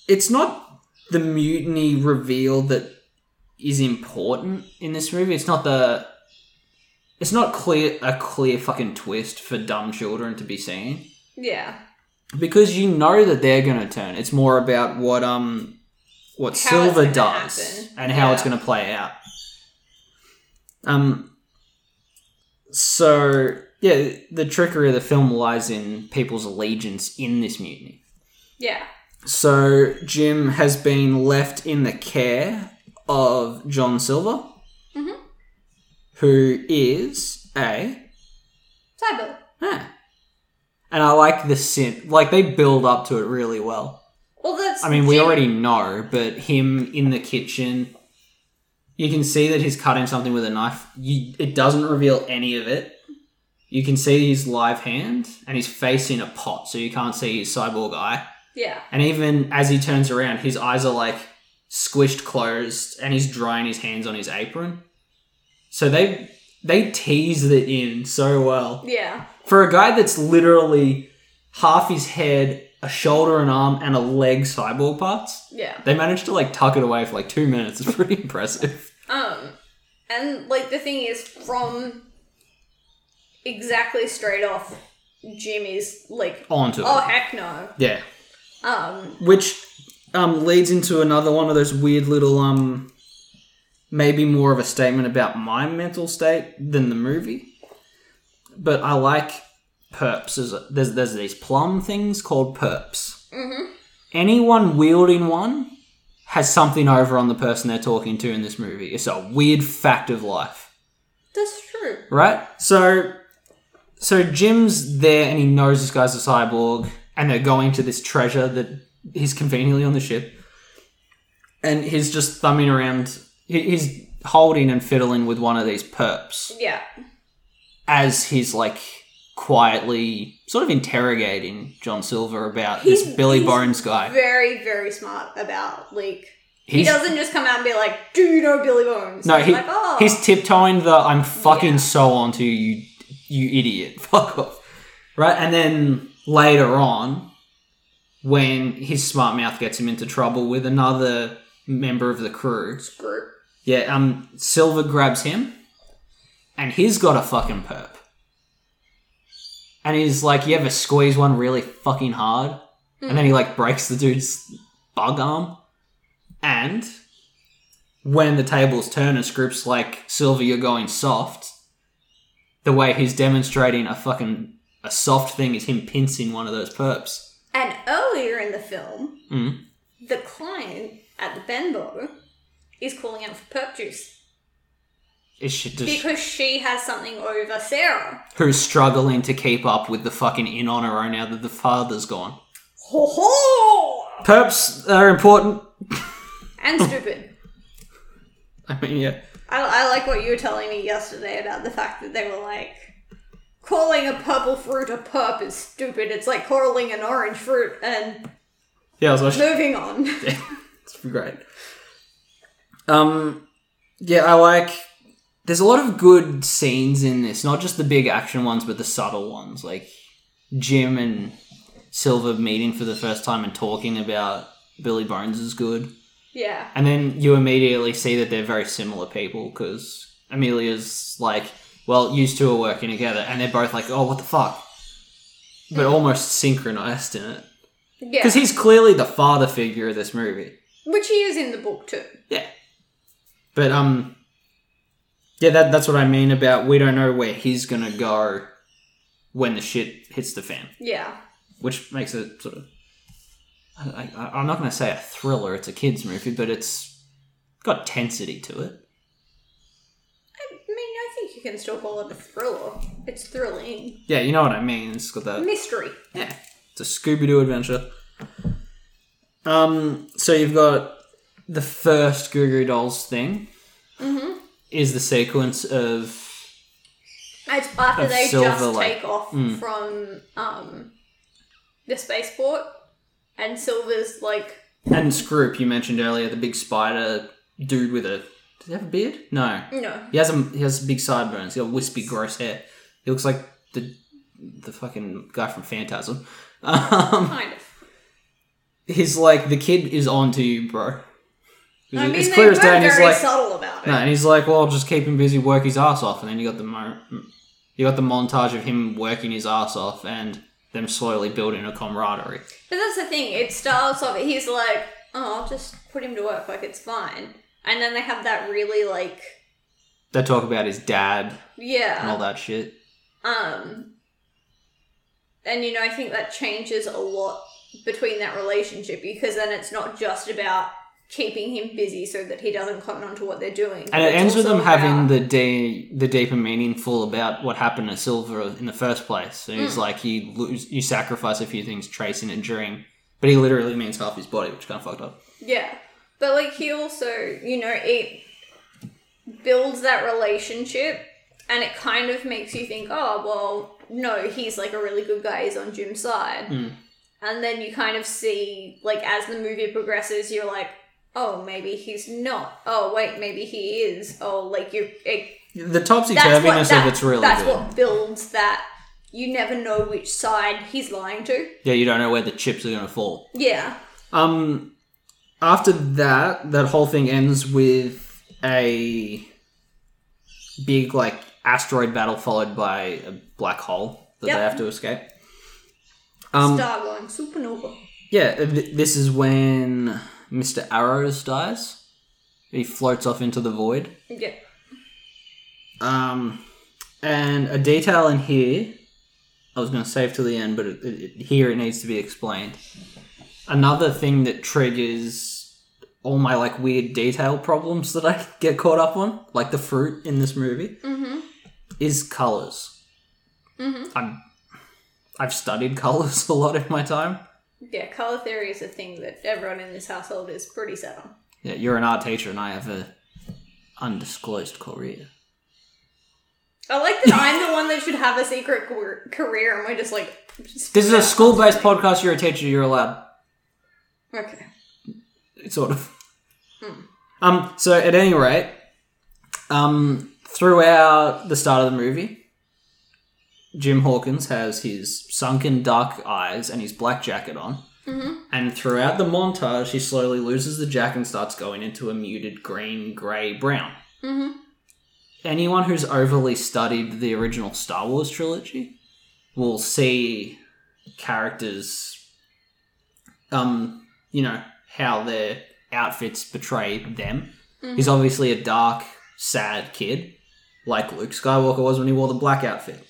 A: it's not the mutiny reveal that is important in this movie. It's not the it's not clear a clear fucking twist for dumb children to be seeing
B: Yeah.
A: because you know that they're going to turn. It's more about what um what
B: How it's
A: Silver
B: gonna
A: does
B: happen.
A: and how it's
B: Yeah.
A: going to play out. Um. So yeah, the trickery of the film lies in people's allegiance in this mutiny.
B: Yeah.
A: So Jim has been left in the care of John Silver,
B: Mhm.
A: who is a
B: Cyborg.
A: yeah. And I like the synth. Like they build up to it really well.
B: Well, that's.
A: I mean, we
B: Jim-
A: already know, but him in the kitchen, you can see that he's cutting something with a knife. You, it doesn't reveal any of it. You can see his live hand and his face in a pot, so you can't see his cyborg eye.
B: Yeah.
A: And even as he turns around, his eyes are like squished closed and he's drying his hands on his apron. So they they tease it in so well.
B: Yeah.
A: For a guy that's literally half his head, a shoulder, an arm, and a leg cyborg parts,
B: Yeah.
A: they managed to like tuck it away for like two minutes. It's pretty <laughs> impressive.
B: Um, and like the thing is, from exactly straight off, Jimmy's like,
A: Onto
B: oh
A: it.
B: heck no.
A: Yeah.
B: Um,
A: which um, leads into another one of those weird little um maybe more of a statement about my mental state than the movie but i like perps as a, there's, there's these plum things called perps
B: mhm.
A: anyone wielding one has something over on the person they're talking to in this movie it's a weird fact of life
B: that's true.
A: right? So, so Jim's there and he knows this guy's a cyborg, and they're going to this treasure that he's conveniently on the ship, and he's just thumbing around. he- He's holding and fiddling with one of these perps
B: Yeah,
A: as he's like quietly sort of interrogating John Silver about
B: He's-
A: this Billy
B: he's
A: Bones guy.
B: very very smart about like he
A: He's-
B: doesn't just come out and be like, do you know Billy Bones?
A: No,
B: He's
A: he,
B: like, oh,
A: he's tiptoeing the I'm fucking
B: Yeah.
A: so onto you, you, you idiot. <laughs> Fuck off. Right? And then later on, when his smart mouth gets him into trouble with another member of the crew,
B: screw.
A: yeah, um, Silver grabs him and he's got a fucking perp. And he's like, You ever squeeze one really fucking hard? And then he like breaks the dude's bug arm. And when the tables turn and Scripps like, Silver, you're going soft, the way he's demonstrating a fucking a soft thing is him pincing one of those perps.
B: And earlier in the film,
A: Mm.
B: the client at the Benbow is calling out for perp juice
A: It's shit just
B: because she has something over Sarah.
A: who's struggling to keep up with the fucking in on her own now that the father's gone.
B: Ho ho!
A: Perps are important.
B: And stupid.
A: I mean, yeah.
B: I, I like what you were telling me yesterday about the fact that they were like, calling a purple fruit a purp is stupid. It's like calling an orange fruit and
A: Yeah, I was watching.
B: moving on. <laughs>
A: it's great. Um, yeah, I like. There's a lot of good scenes in this, not just the big action ones, but the subtle ones, like Jim and Silver meeting for the first time and talking about Billy Bones is good.
B: yeah.
A: And then you immediately see that they're very similar people because Amelia's like, well, used two are working together, and they're both like, oh, what the fuck? But almost synchronized in it.
B: Yeah.
A: Because he's clearly the father figure of this movie.
B: Which he is in the book too.
A: Yeah. But, um, yeah, that, that's what I mean about we don't know where he's gonna go when the shit hits the fan,
B: Yeah.
A: which makes it sort of. I, I, I'm not gonna say a thriller, it's a kid's movie, but it's got tensity to it.
B: I mean, I think you can still call it a thriller. It's thrilling.
A: Yeah, you know what I mean. It's got that.
B: Mystery.
A: Yeah, it's a Scooby Doo adventure. Um, so you've got the first Goo Goo Dolls thing.
B: Mhm.
A: Is the sequence of
B: It's after
A: Of
B: they
A: silver,
B: just
A: like-
B: take off
A: mm.
B: from um, the spaceport, and Silver's like,
A: and Scroop you mentioned earlier, the big spider dude with a does he have a beard? No,
B: no,
A: he has a he has big sideburns. He got wispy, gross hair. He looks like the the fucking guy from Phantasm. Um, <laughs>
B: kind of.
A: he's like the kid is on to you, bro.
B: I mean,
A: It's
B: they
A: clear
B: were
A: as day, and he's
B: very
A: like,
B: subtle about it.
A: No, and he's like, "Well, I'll just keep him busy, work his ass off." And then you got the mo- you got the montage of him working his ass off and them slowly building a camaraderie.
B: But that's the thing. It starts off. He's like, "Oh, I'll just put him to work. Like it's fine." And then they have that really like,
A: They talk about his dad and all
B: yeah,
A: that shit.
B: um, and you know, I think that changes a lot between that relationship because then it's not just about keeping him busy so that he doesn't cotton on to what they're doing.
A: And it
B: It's
A: ends with
B: also
A: them having
B: about-
A: the day the deeper meaningful about what happened to Silver in the first place. And
B: Hmm.
A: he's like, "You lose, you sacrifice a few things tracing it during." But he literally means half his body, which kind of fucked up.
B: Yeah. But like he also, you know, it builds that relationship and it kind of makes you think, oh well, no, he's like a really good guy, he's on Jim's side.
A: Mm.
B: And then you kind of see, like as the movie progresses, you're like, oh, maybe he's not. Oh wait, maybe he is. Oh, like you it
A: The topsy
B: that's what
A: turviness
B: that,
A: of it's really
B: that's
A: good.
B: what builds that you never know which side he's lying to.
A: Yeah, you don't know where the chips are going to fall.
B: Yeah.
A: Um, after that, that whole thing ends with a big like asteroid battle followed by a black hole that
B: Yep.
A: they have to escape. Um,
B: Star going supernova.
A: yeah, th- this is when Mister Arrows dies. He floats off into the void.
B: Yeah.
A: Um, and a detail in here, I was going to save to the end, but it, it, it- here it needs to be explained. Another thing that triggers all my like weird detail problems that I <laughs> get caught up on, like the fruit in this movie,
B: Mm-hmm.
A: is colors.
B: Mm-hmm.
A: I'm, I've studied colors <laughs> a lot in my time.
B: Yeah, color theory is a thing that everyone in this household is pretty set on.
A: Yeah, you're an art teacher, and I have a undisclosed career.
B: I like that I'm the one that should have a secret car- career, and we're just like. just-
A: This is a school-based podcast. You're a teacher. You're allowed.
B: Okay.
A: sort of. Um. So at any rate, um, throughout the start of the movie, Jim Hawkins has his sunken dark eyes and his black jacket on,
B: Mhm.
A: and throughout the montage, he slowly loses the jacket and starts going into a muted green, grey, brown.
B: Mhm.
A: Anyone who's overly studied the original Star Wars trilogy will see characters um, you know, how their outfits betray them.
B: Mhm.
A: He's obviously a dark, sad kid, like Luke Skywalker was when he wore the black outfit.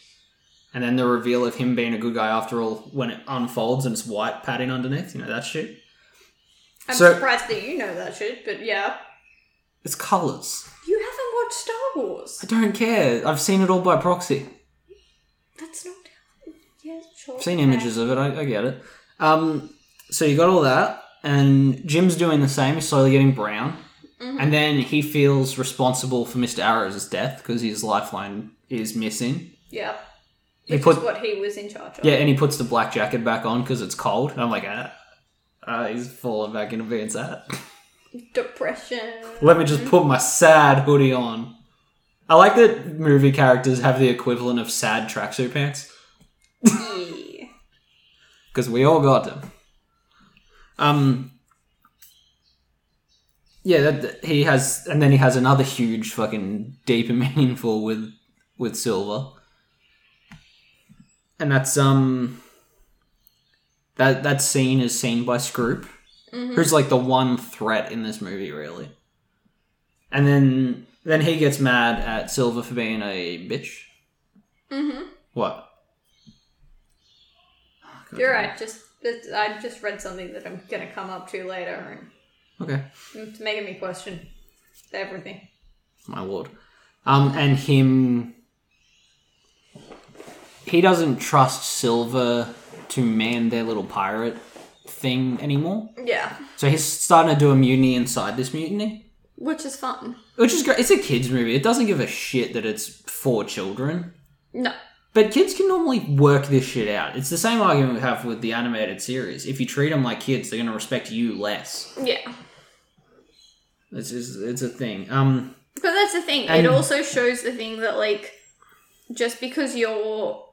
A: And then the reveal of him being a good guy after all when it unfolds and it's white padding underneath, you know, that shit.
B: I'm
A: So-
B: surprised that you know that shit, but yeah.
A: It's colours.
B: You haven't watched Star Wars.
A: I don't care. I've seen it all by proxy.
B: That's not. Yeah, sure.
A: I've seen images of it. I, I get it. Um, so you got all that, and Jim's doing the same. He's slowly getting brown. And then he feels responsible for Mr. Arrow's death because his lifeline is missing.
B: Yeah.
A: He
B: Which
A: put-
B: is what he was in charge of.
A: Yeah, and he puts the black jacket back on because it's cold. And I'm like, ah, ah, he's falling back into being sad. <laughs>
B: Depression.
A: Let me just put my sad hoodie on. I like that movie characters have the equivalent of sad tracksuit pants.
B: Yeah.
A: because we all got them. Um, yeah, that, that- he has, and then he has another huge fucking deep and <laughs> meaningful with with Silver, and that's um that that scene is seen by Scroop, who's like the one threat in this movie, really. And then then he gets mad at Silver for being a bitch.
B: Mm-hmm.
A: What?
B: You're right. Just this- I just read something that I'm gonna come up to later, and
A: Okay.
B: it's making me question everything.
A: my lord. Um, and him, he doesn't trust Silver to man their little pirate thing anymore.
B: Yeah,
A: So he's starting to do a mutiny inside this mutiny,
B: which is fun.
A: which is great. It's a kids' movie. It doesn't give a shit that it's for children.
B: No,
A: But kids can normally work this shit out. It's the same argument we have with the animated series. If you treat them like kids, they're going to respect you less.
B: yeah,
A: It's, it's, it's a thing. Um,
B: but that's the thing.
A: And-
B: it also shows the thing that like just because you're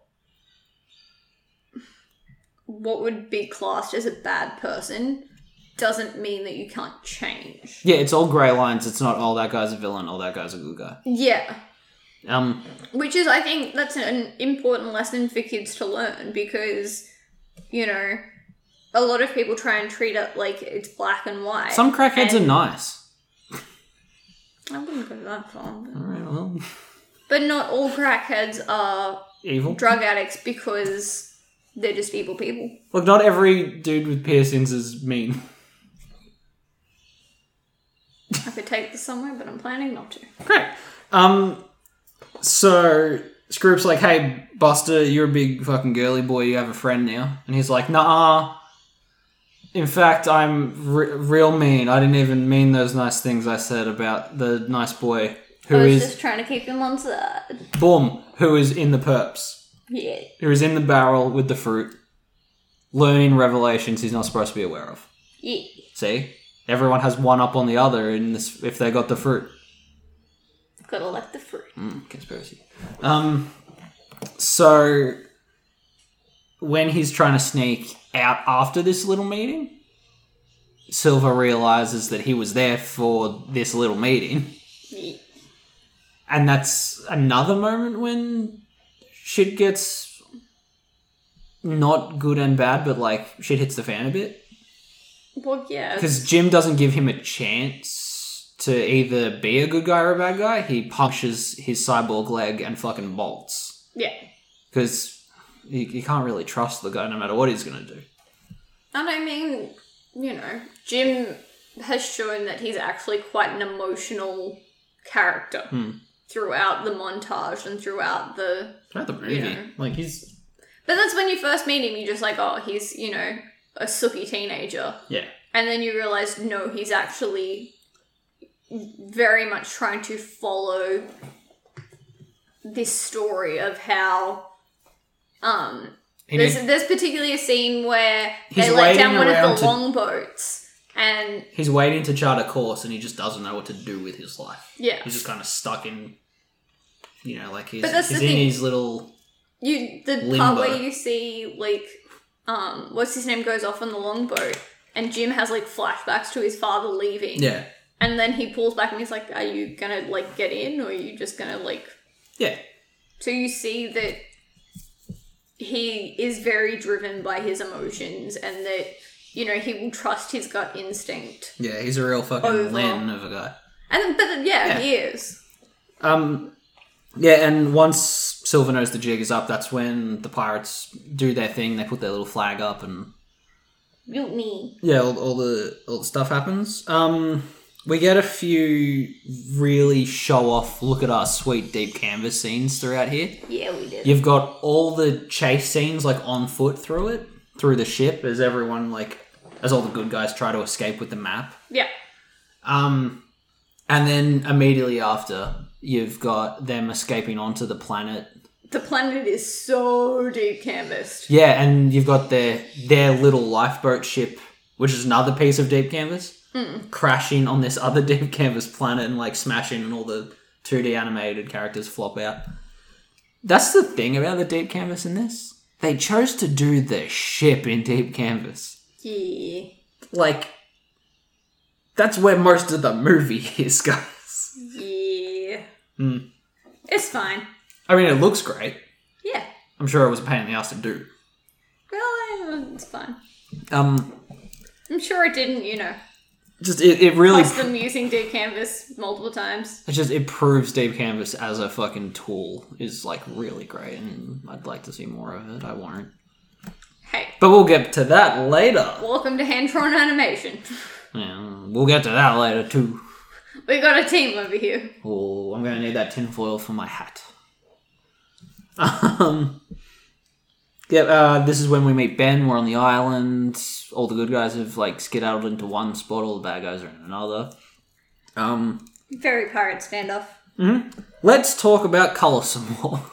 B: what would be classed as a bad person doesn't mean that you can't change.
A: Yeah, it's all grey lines. It's not, oh, that guy's a villain, oh, that guy's a good guy.
B: Yeah.
A: Um,
B: Which is, I think, that's an important lesson for kids to learn because, you know, a lot of people try and treat it like it's black and white.
A: some crackheads are nice.
B: I wouldn't go that far.
A: All right, well,
B: But not all crackheads are
A: <laughs> evil.
B: drug addicts because they're just evil people.
A: Look, not every dude with piercings is mean. <laughs>
B: I could take this somewhere, but I'm planning not to.
A: Great. Um, so Scroop's like, hey, Buster, you're a big fucking girly boy. You have a friend now, and he's like, nah. In fact, I'm re- real mean. I didn't even mean those nice things I said about the nice boy who
B: I was
A: is
B: just trying to keep him on side.
A: boom, who is in the perps.
B: Yeah.
A: who is in the barrel with the fruit, learning revelations he's not supposed to be aware of.
B: Yeah.
A: See? Everyone has one up on the other in this if they got the fruit.
B: Gotta let the fruit.
A: Mm, conspiracy. Um so when he's trying to sneak out after this little meeting, Silver realizes that he was there for this little meeting.
B: Yeah.
A: And that's another moment when shit gets not good and bad, but like shit hits the fan a bit.
B: Well, yeah.
A: Because Jim doesn't give him a chance to either be a good guy or a bad guy. He punctures his cyborg leg and fucking bolts.
B: Yeah.
A: Because you, you can't really trust the guy no matter what he's going to do.
B: And I mean, you know, Jim has shown that he's actually quite an emotional character
A: Hmm.
B: throughout the montage and throughout the.
A: Not the movie.
B: Yeah.
A: Like, he's.
B: But that's when you first meet him, you're just like, oh, he's, you know, a sooky teenager.
A: Yeah.
B: And then you realize, no, he's actually very much trying to follow this story of how. Um,
A: He
B: there's,
A: made-
B: there's particularly a scene where
A: He's
B: they let down
A: waiting
B: one
A: around
B: of the
A: to-
B: longboats, and
A: he's waiting to chart a course and he just doesn't know what to do with his life.
B: yeah,
A: He's just kind of stuck in, you know, like he's,
B: But that's
A: he's
B: the
A: in
B: thing.
A: his little.
B: you the
A: Limbo.
B: part where you see like, um, what's his name goes off on the longboat, and Jim has like flashbacks to his father leaving,
A: Yeah.
B: and then he pulls back and he's like, "Are you gonna like get in, or are you just gonna like?"
A: Yeah.
B: So you see that he is very driven by his emotions, and that you know he will trust his gut instinct,
A: Yeah, he's a real fucking
B: Over.
A: Len of a guy.
B: and but
A: Yeah.
B: yeah. he is.
A: Um, yeah, and once Silver knows the jig is up, that's when the pirates do their thing. They put their little flag up, and
B: Mute me.
A: yeah, all, all the all the stuff happens. Um, we get a few really show off, look at our sweet deep canvas scenes throughout here.
B: Yeah, we did.
A: You've got all the chase scenes like on foot through it, through the ship, as everyone like, as all the good guys try to escape with the map.
B: Yeah.
A: Um, And then immediately after, you've got them escaping onto the planet.
B: The planet is so deep canvassed.
A: Yeah, and you've got their their little lifeboat ship, which is another piece of deep canvas, crashing on this other <laughs> deep canvas planet and like smashing, and all the two D animated characters flop out. That's the thing about the deep canvas in this. They chose to do the ship in deep canvas
B: Yeah.
A: like that's where most of the movie <laughs> is, guys.
B: Yeah. It's fine.
A: I mean, it looks great.
B: Yeah.
A: I'm sure it was a pain in the ass to do.
B: Well, it's fine.
A: Um,
B: I'm sure it didn't, you know,
A: just it, it really,
B: cost them using deep canvas multiple times.
A: it just it proves Deep Canvas as a fucking tool is like really great, and I'd like to see more of it. I won't,
B: Hey,
A: but we'll get to that later.
B: welcome to hand drawn animation. <laughs>
A: Yeah, we'll get to that later too.
B: We got a team over here.
A: Oh, I'm gonna need that tinfoil for my hat. <laughs> Um, yeah, uh, this is when we meet Ben. We're on the island. All the good guys have like skedaddled into one spot. All the bad guys are in another. Um,
B: Very pirate standoff.
A: let's talk about color some more.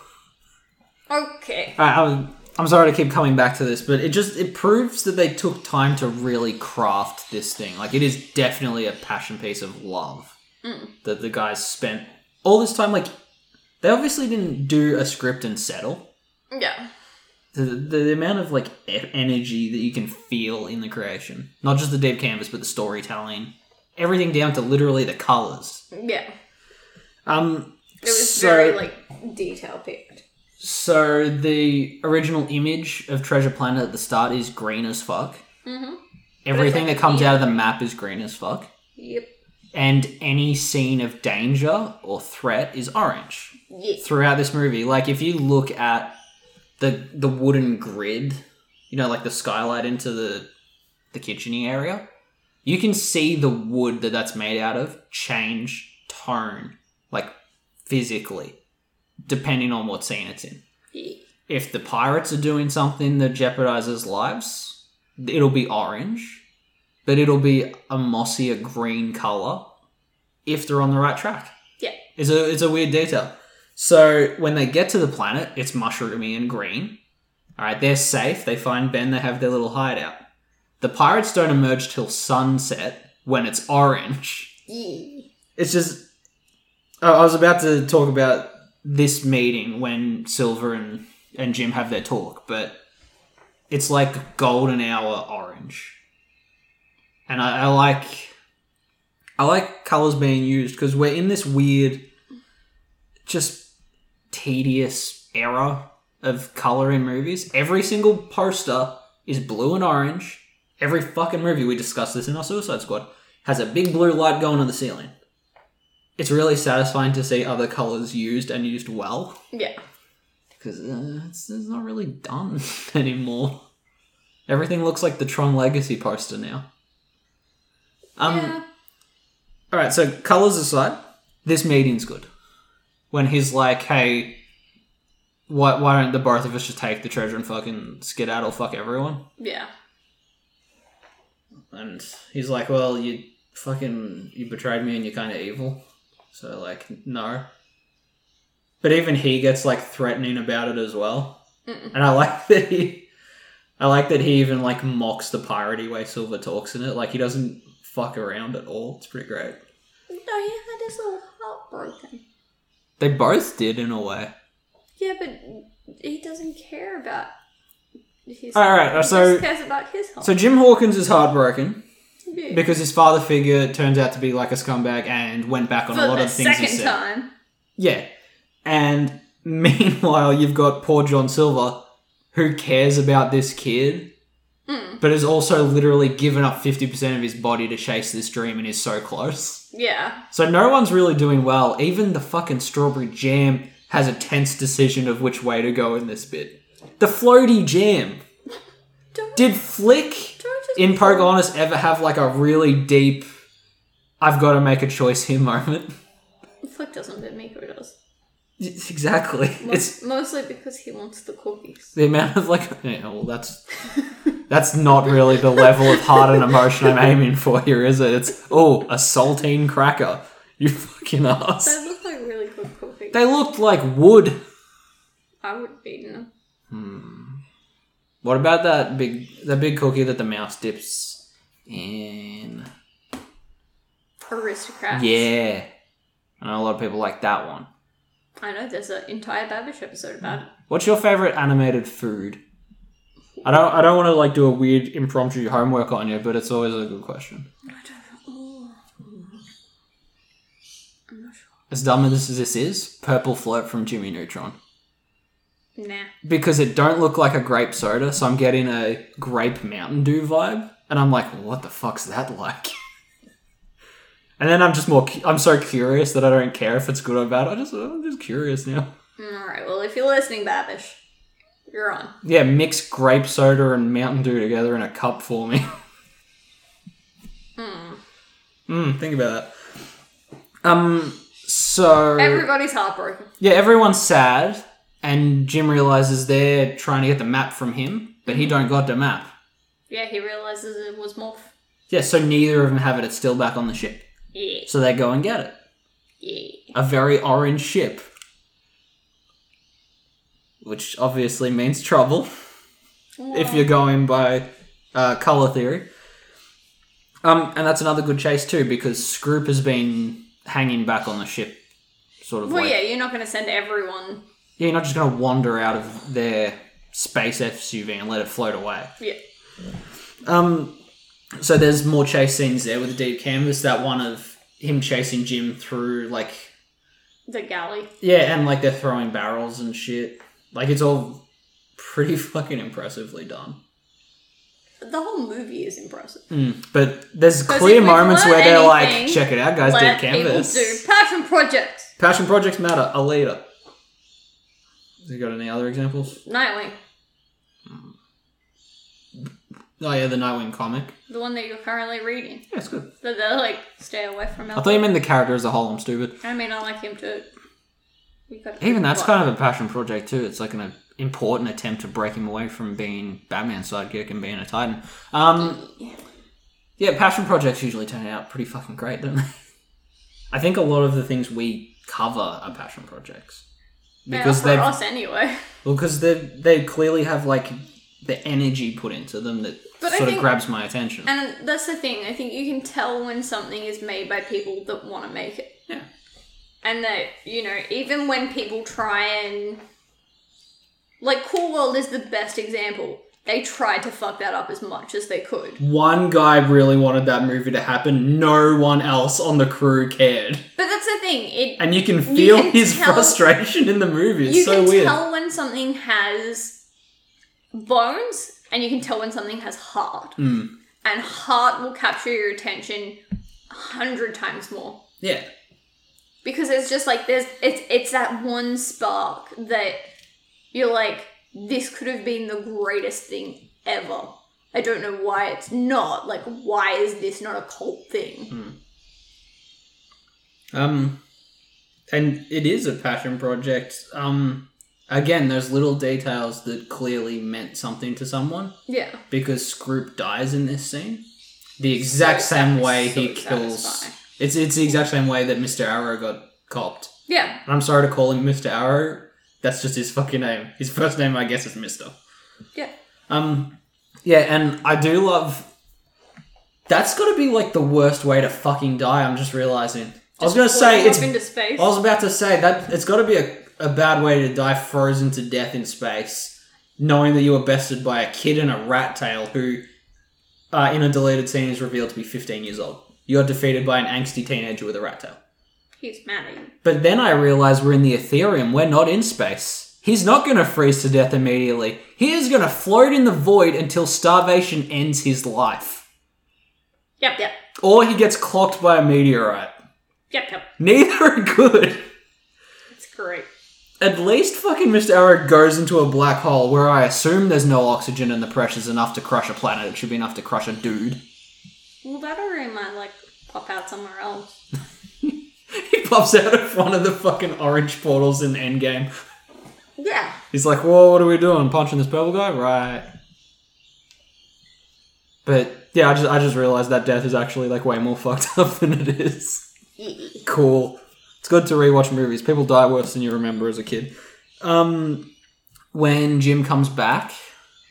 B: Okay.
A: I, I'm, I'm sorry to keep coming back to this, but it just it proves that they took time to really craft this thing. Like it is definitely a passion piece of love
B: Mm.
A: that the guys spent all this time. Like they obviously didn't do a script and settle.
B: Yeah.
A: The, the, the amount of like e- energy that you can feel in the creation, not just the deep canvas, but the storytelling, everything down to literally the colors.
B: Yeah.
A: Um,
B: It was
A: so-
B: very, like, detail picked.
A: So the original image of Treasure Planet at the start is green as fuck.
B: Mm-hmm.
A: Everything
B: like
A: that comes out of the map is green as fuck,
B: Yep.
A: and any scene of danger or threat is orange
B: Yeah.
A: throughout this movie. Like if you look at the the wooden grid, you know, like the skylight into the the kitcheny area, you can see the wood that that's made out of change tone, like physically, depending on what scene it's in
B: yeah.
A: if the pirates are doing something that jeopardizes lives, it'll be orange, but it'll be a mossier green color if they're on the right track.
B: Yeah.
A: It's a it's a weird detail. So when they get to the planet, it's mushroomy and green. All right, they're safe. They find Ben. They have their little hideout. The pirates don't emerge till sunset when it's orange
B: Yeah.
A: it's just I I was about to talk about this meeting when Silver and and Jim have their talk, but it's like golden hour orange, and I, I like I like colors being used because we're in this weird, just tedious era of color in movies. Every single poster is blue and orange. Every fucking movie we discussed this in our Suicide Squad has a big blue light going on the ceiling it's really satisfying to see other colors used and used well
B: Yeah.
A: because uh, it's, it's not really done <laughs> anymore. Everything looks like the Tron Legacy poster now. Um.
B: yeah.
A: All right. So colors aside, this meeting's good. When he's like, "Hey, why why don't the both of us just take the treasure and fucking skedaddle, fuck everyone?"
B: Yeah.
A: And he's like, "Well, you fucking you betrayed me, and you're kind of evil." So like, no. But even he gets like threatening about it as well.
B: Mm-mm.
A: And I like <laughs> that he, I like that he even like mocks the piratey way Silver talks in it. Like he doesn't fuck around at all. It's pretty great.
B: No, you had us all heartbroken.
A: They both did in a way.
B: Yeah, but he doesn't care about his.
A: All right,
B: he
A: so-
B: just cares about his home.
A: So Jim Hawkins is heartbroken
B: Yeah.
A: because his father figure turns out to be like a scumbag and went back on
B: for
A: a lot
B: the
A: of things he
B: second
A: said.
B: time.
A: Yeah. And <laughs> meanwhile, you've got poor John Silver, who cares about this kid,
B: Mm.
A: but has also literally given up 50% of his body to chase this dream and is so close.
B: Yeah.
A: So no one's really doing well. Even the fucking strawberry jam has a tense decision of which way to go in this bit. The floaty jam.
B: Don't,
A: Did Flick
B: don't just
A: in Pocahontas ever have like a really deep, I've got to make a choice <laughs> here moment?
B: Flick doesn't, but Miko does.
A: Exactly.
B: Mo-
A: It's
B: mostly because he wants the cookies.
A: the amount of like <laughs> yeah, well that's that's not really the level of heart and emotion i'm aiming for here is it it's oh a saltine cracker You fucking ass.
B: They look like really good cookies.
A: They looked like wood.
B: I would have eaten them.
A: What about that big that big cookie that the mouse dips in?
B: Aristocrats.
A: Yeah. I know a lot of people like that one.
B: I know there's an entire Babish episode about it.
A: What's your favorite animated food? I don't I don't want to like do a weird impromptu homework on you, but it's always a good question.
B: I don't know. Ooh. I'm not sure.
A: As dumb as this is, purple float from Jimmy Neutron.
B: Nah.
A: Because it don't look like a grape soda, so I'm getting a grape Mountain Dew vibe, and I'm like, what the fuck's that like? <laughs> and then I'm just more, cu- I'm so curious that I don't care if it's good or bad. I just, I'm just curious now.
B: Alright, Mm, well, if you're listening, Babish, you're on.
A: Yeah, mix grape soda and Mountain Dew together in a cup for me. <laughs> Hmm. think about that. Um. So
B: Everybody's heartbroken.
A: yeah, everyone's sad, and Jim realizes they're trying to get the map from him, but he don't got the map.
B: Yeah, he realizes it was Morph.
A: Yeah, so neither of them have it. It's still back on the ship,
B: Yeah.
A: so they go and get it.
B: Yeah.
A: A very orange ship, which obviously means trouble. if you're going by uh, color theory. Um, and that's another good chase too because Scroop has been hanging back on the ship, sort of.
B: Well,
A: like,
B: yeah, you're not going to send everyone.
A: yeah, you're not just going to wander out of their space SUV and let it float away.
B: Yeah.
A: Um, so there's more chase scenes there with the deep canvas. That one of him chasing Jim through like
B: The galley.
A: yeah, and like they're throwing barrels and shit. Like it's all pretty <laughs> fucking impressively done.
B: The whole movie is impressive.
A: Mm, But there's
B: Because
A: clear
B: if we've
A: moments where
B: learned
A: they're like,
B: anything,
A: check it out, guys, dead
B: Let people
A: canvas.
B: do passion projects.
A: Passion projects matter, a leader. You got any other examples?
B: Nightwing,
A: Oh yeah, the Nightwing comic.
B: the one that you're currently reading.
A: Yeah, it's good.
B: That they're like, stay away from
A: I
B: Alfred.
A: thought you meant the character as a whole, I'm stupid.
B: I mean, I like him too. We got
A: Even that's kind of a passion project too. It's like an uh, important attempt to break him away from being Batman's sidekick and being a Titan. Um, yeah, passion projects usually turn out pretty fucking great, don't they? I think a lot of the things we cover are passion projects.
B: because
A: Because
B: for
A: they've
B: us anyway. <laughs>
A: Well, because they they clearly have like the energy put into them that
B: But I
A: sort of
B: think-
A: grabs my attention.
B: And that's the thing. I think you can tell when something is made by people that want to make it.
A: Yeah.
B: And that, you know, even when people try and. Like, Cool World is the best example. They tried to fuck that up as much as they could.
A: One guy really wanted that movie to happen. No one else on the crew cared,
B: But that's the thing. It
A: and you can feel
B: can
A: his
B: tell-
A: frustration in the movie. It's
B: you
A: so
B: can
A: weird.
B: tell when something has bones and you can tell when something has heart.
A: Hmm.
B: And heart will capture your attention a hundred times more.
A: Yeah,
B: because it's just like there's it's it's that one spark that you're like this could have been the greatest thing ever i don't know why it's not like why is this not a cult thing
A: um, and it is a passion project. Um, again, those little details that clearly meant something to someone.
B: yeah
A: because Scroop dies in this scene. The exact
B: So
A: same
B: sat-
A: way
B: so
A: he kills.
B: satisfying.
A: It's it's the exact same way that Mr. Arrow got copped.
B: yeah
A: And I'm sorry to call him Mr. Arrow. That's just his fucking name. His first name, I guess, is Mister.
B: yeah
A: Um, yeah, and I do love. That's got to be like the worst way to fucking die. I'm just realizing. I was gonna
B: Just
A: say
B: floating
A: it's.
B: off into space
A: I was about to say that it's got to be a, a bad way to die, frozen to death in space, knowing that you were bested by a kid in a rat tail who, uh, in a deleted scene, is revealed to be 15 years old. You're defeated by an angsty teenager with a rat tail.
B: he's mad at you
A: But then I realize we're in the Ethereum. We're not in space. He's not going to freeze to death immediately. He is going to float in the void until starvation ends his life,
B: yep yep
A: or he gets clocked by a meteorite. <laughs>
B: yep yep
A: Neither are good.
B: it's great
A: At least fucking Mr. Arrow goes into a black hole where I assume there's no oxygen and the pressure's enough to crush a planet. It should be enough to crush a dude. <laughs>
B: well that already might like pop out somewhere else
A: He pops out of one of the fucking orange portals in Endgame.
B: yeah
A: He's like, whoa, what are we doing? Punching this purple guy? Right. <laughs> But yeah, I just I just realized that death is actually like way more fucked up than it is.
B: Yeah.
A: Cool. It's good to rewatch movies. People die worse than you remember as a kid. Um, when Jim comes back,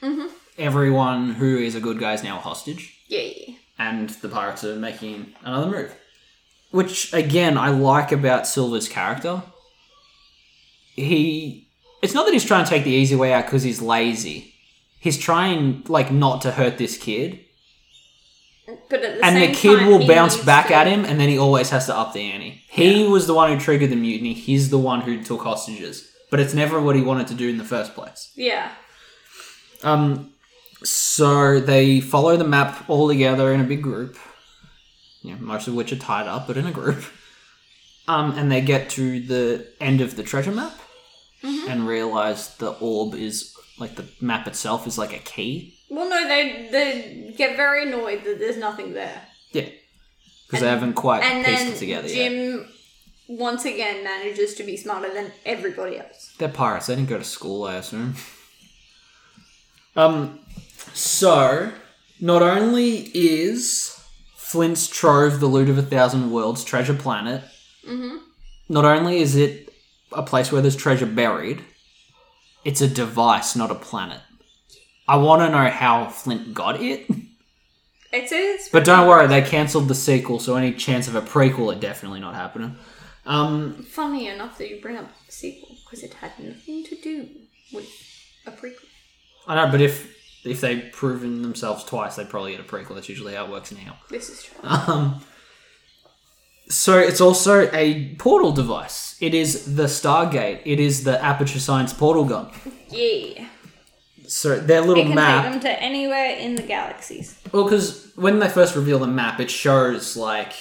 B: Mhm.
A: everyone who is a good guy is now a hostage,
B: Yeah.
A: and the pirates are making another move. Which, again, I like about Silver's character. He. It's not that he's trying to take the easy way out because he's lazy. He's trying, like, not to hurt this kid.
B: But at the
A: and
B: same
A: the kid
B: time,
A: will
B: he
A: bounce
B: needs
A: back
B: to-
A: at him, and then he always has to up the ante. He was the one who triggered the mutiny. He's the one who took hostages, but it's never what he wanted to do in the first place.
B: Yeah.
A: Um, so they follow the map all together in a big group, you know, most of which are tied up, but in a group. Um, and they get to the end of the treasure map
B: Mm-hmm.
A: and realize the orb is like the map itself is like a key.
B: Well, no, they they get very annoyed that there's nothing there,
A: Yeah, because they haven't quite
B: and
A: pieced
B: then
A: it together yet.
B: Jim once again manages to be smarter than everybody else.
A: They're pirates. They didn't go to school, I assume. Um, so not only is Flint's trove the loot of a thousand worlds, treasure planet. Not only is it a place where there's treasure buried, it's a device, not a planet. I want to know how Flint got it,
B: It's it's
A: but don't worry, they cancelled the sequel, so any chance of a prequel are definitely not happening. Um,
B: funny enough that you bring up the sequel because it had nothing to do with a prequel.
A: I know, but if if they've proven themselves twice, they probably get a prequel. That's usually how it works now.
B: This is true.
A: Um, so it's also a portal device. It is the Stargate. It is the Aperture Science portal gun.
B: yeah,
A: So their
B: it
A: little
B: can take
A: map.
B: them to anywhere in the galaxies.
A: Well, because when they first reveal the map, it shows like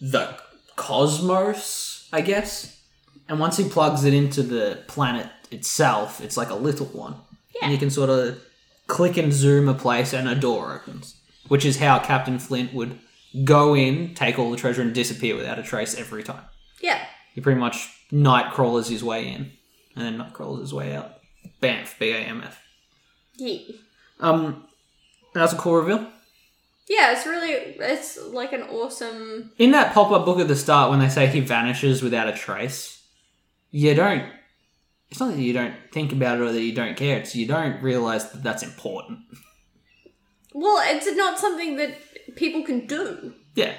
A: the cosmos, I guess. And once he plugs it into the planet itself, it's like a little one.
B: Yeah.
A: And you can sort of click and zoom a place and a door opens, which is how Captain Flint would go in, take all the treasure, and disappear without a trace every time.
B: Yeah,
A: He pretty much night crawlers his way in and then night crawlers his way out. Bamf, B A M F.
B: yeah.
A: Um, that's a cool reveal.
B: Yeah, it's really it's like an awesome.
A: In that pop up book at the start, when they say he vanishes without a trace, you don't. It's not that you don't think about it or that you don't care, it's you don't realize that that's important.
B: Well, it's not something that people can do.
A: Yeah.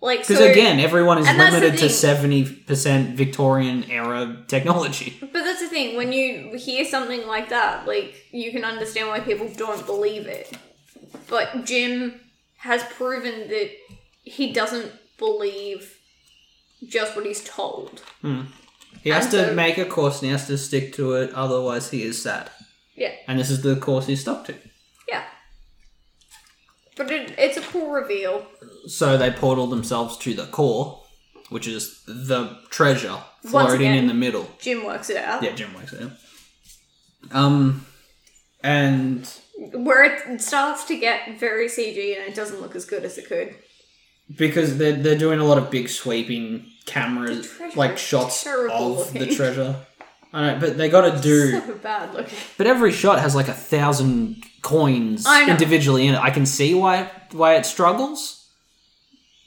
B: Like
A: Because
B: so,
A: again, everyone is
B: and that's the
A: limited to
B: thing.
A: seventy percent Victorian era technology.
B: But that's the thing, when you hear something like that, like, you can understand why people don't believe it. But Jim has proven that he doesn't believe just what he's told.
A: He has
B: And
A: to
B: so-
A: make a course and he has to stick to it, otherwise he is sad.
B: Yeah,
A: And this is the course he stuck to.
B: yeah. But it, it's a cool reveal.
A: So they portal themselves to the core, which is the treasure
B: Once
A: floating in
B: again.
A: the middle.
B: Jim works it out.
A: Yeah, Jim wakes up. Um, and
B: Where it starts to get very CG and it doesn't look as good as it could.
A: because they're they're doing a lot of big sweeping cameras,
B: The treasure
A: like
B: is
A: shots of
B: terrible
A: the
B: looking.
A: treasure. I know, but they got to do.
B: So bad looking.
A: But every shot has like a thousand coins
B: I know.
A: individually in it. I can see why why it struggles,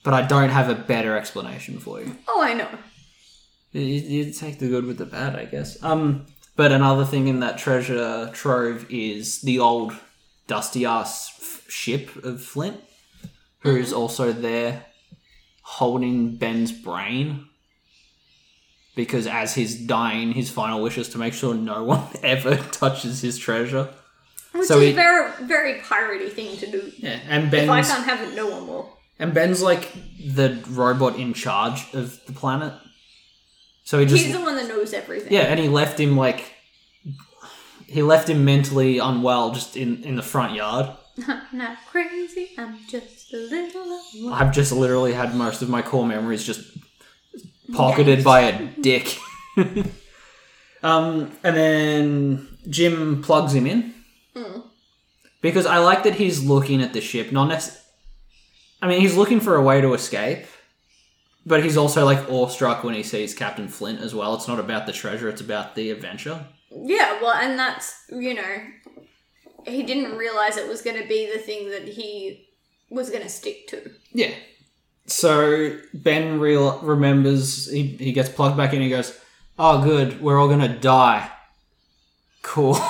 A: but I don't have a better explanation for you.
B: Oh, I know.
A: You, you you take the good with the bad, I guess. Um, but another thing in that treasure trove is the old dusty ass f- ship of Flint, who
B: Mm-hmm.
A: is also there holding Ben's brain. Because as he's dying, his final wish is to make sure no <laughs> one ever touches his treasure.
B: Which
A: So
B: is
A: he-
B: a very, very piratey thing to do.
A: Yeah, and
B: If I
A: Ben's
B: can't have it, no one will.
A: and Ben's like the robot in charge of the planet. So he just
B: He's the one that knows everything.
A: Yeah, and he left him like he left him mentally unwell just in in the front yard.
B: I'm not crazy. I'm just a little. alone.
A: I've just literally had most of my core memories just pocketed by a dick. um, and then Jim plugs him in because I like that he's looking at the ship. Not necess- I mean, he's looking for a way to escape, but he's also like awestruck when he sees Captain Flint as well. It's not about the treasure; it's about the adventure.
B: Yeah, well, and that's you know, he didn't realize it was going to be the thing that he was going to stick to.
A: Yeah. So Ben real remembers he, he gets plugged back in. He goes, "Oh, good, we're all gonna die." Cool. <laughs>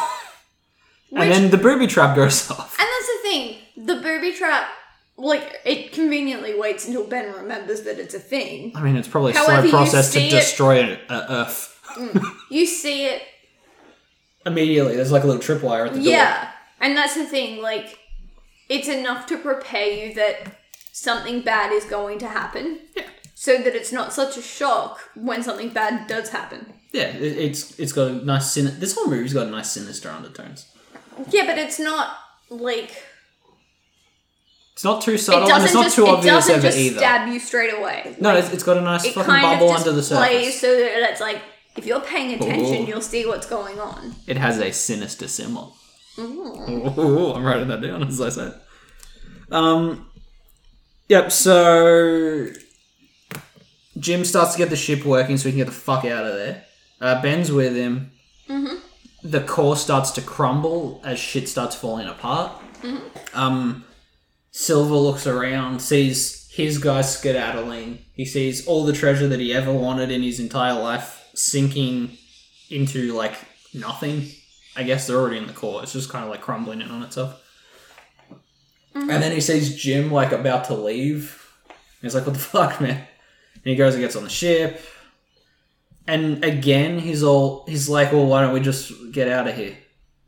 B: Which-
A: and then the booby trap goes <laughs> off.
B: And that's the thing. The booby trap, like, it conveniently waits until Ben remembers that it's a thing.
A: I mean, it's probably a
B: However
A: slow
B: you
A: process
B: see
A: to
B: it-
A: destroy an a Earth.
B: You see it,
A: Immediately, there's like a little tripwire at the door.
B: yeah. And that's the thing. Like, it's enough to prepare you that something bad is going to happen. Yeah. So that it's not such a shock when something bad does happen.
A: Yeah, it, it's it's got a nice sin. This whole movie's got a nice sinister undertones.
B: Yeah, but it's not like
A: It's not too
B: it
A: subtle, and it's
B: doesn't
A: not
B: just
A: too
B: it
A: obvious
B: doesn't
A: ever
B: just
A: either.
B: stab you straight away.
A: no, it's, it's got a nice
B: It
A: fucking
B: kind
A: bubble
B: of just
A: under the surface.
B: plays so that it's like if you're paying attention,
A: Ooh.
B: you'll see what's going on.
A: It has a sinister symbol. Ooh, I'm writing that down as I say. it. Um, yep. So Jim starts to get the ship working, so he can get the fuck out of there. Uh, Ben's with him. The core starts to crumble as shit starts falling apart. Um, Silver looks around, sees his guys skedaddling. He sees all the treasure that he ever wanted in his entire life sinking into like nothing. I guess they're already in the core. It's just kind of like crumbling in on itself. And then he sees Jim like about to leave. He's like, "What the <laughs> fuck, man?" And he goes and gets on the ship. And again, he's all he's like, "Well, why don't we just get out of here?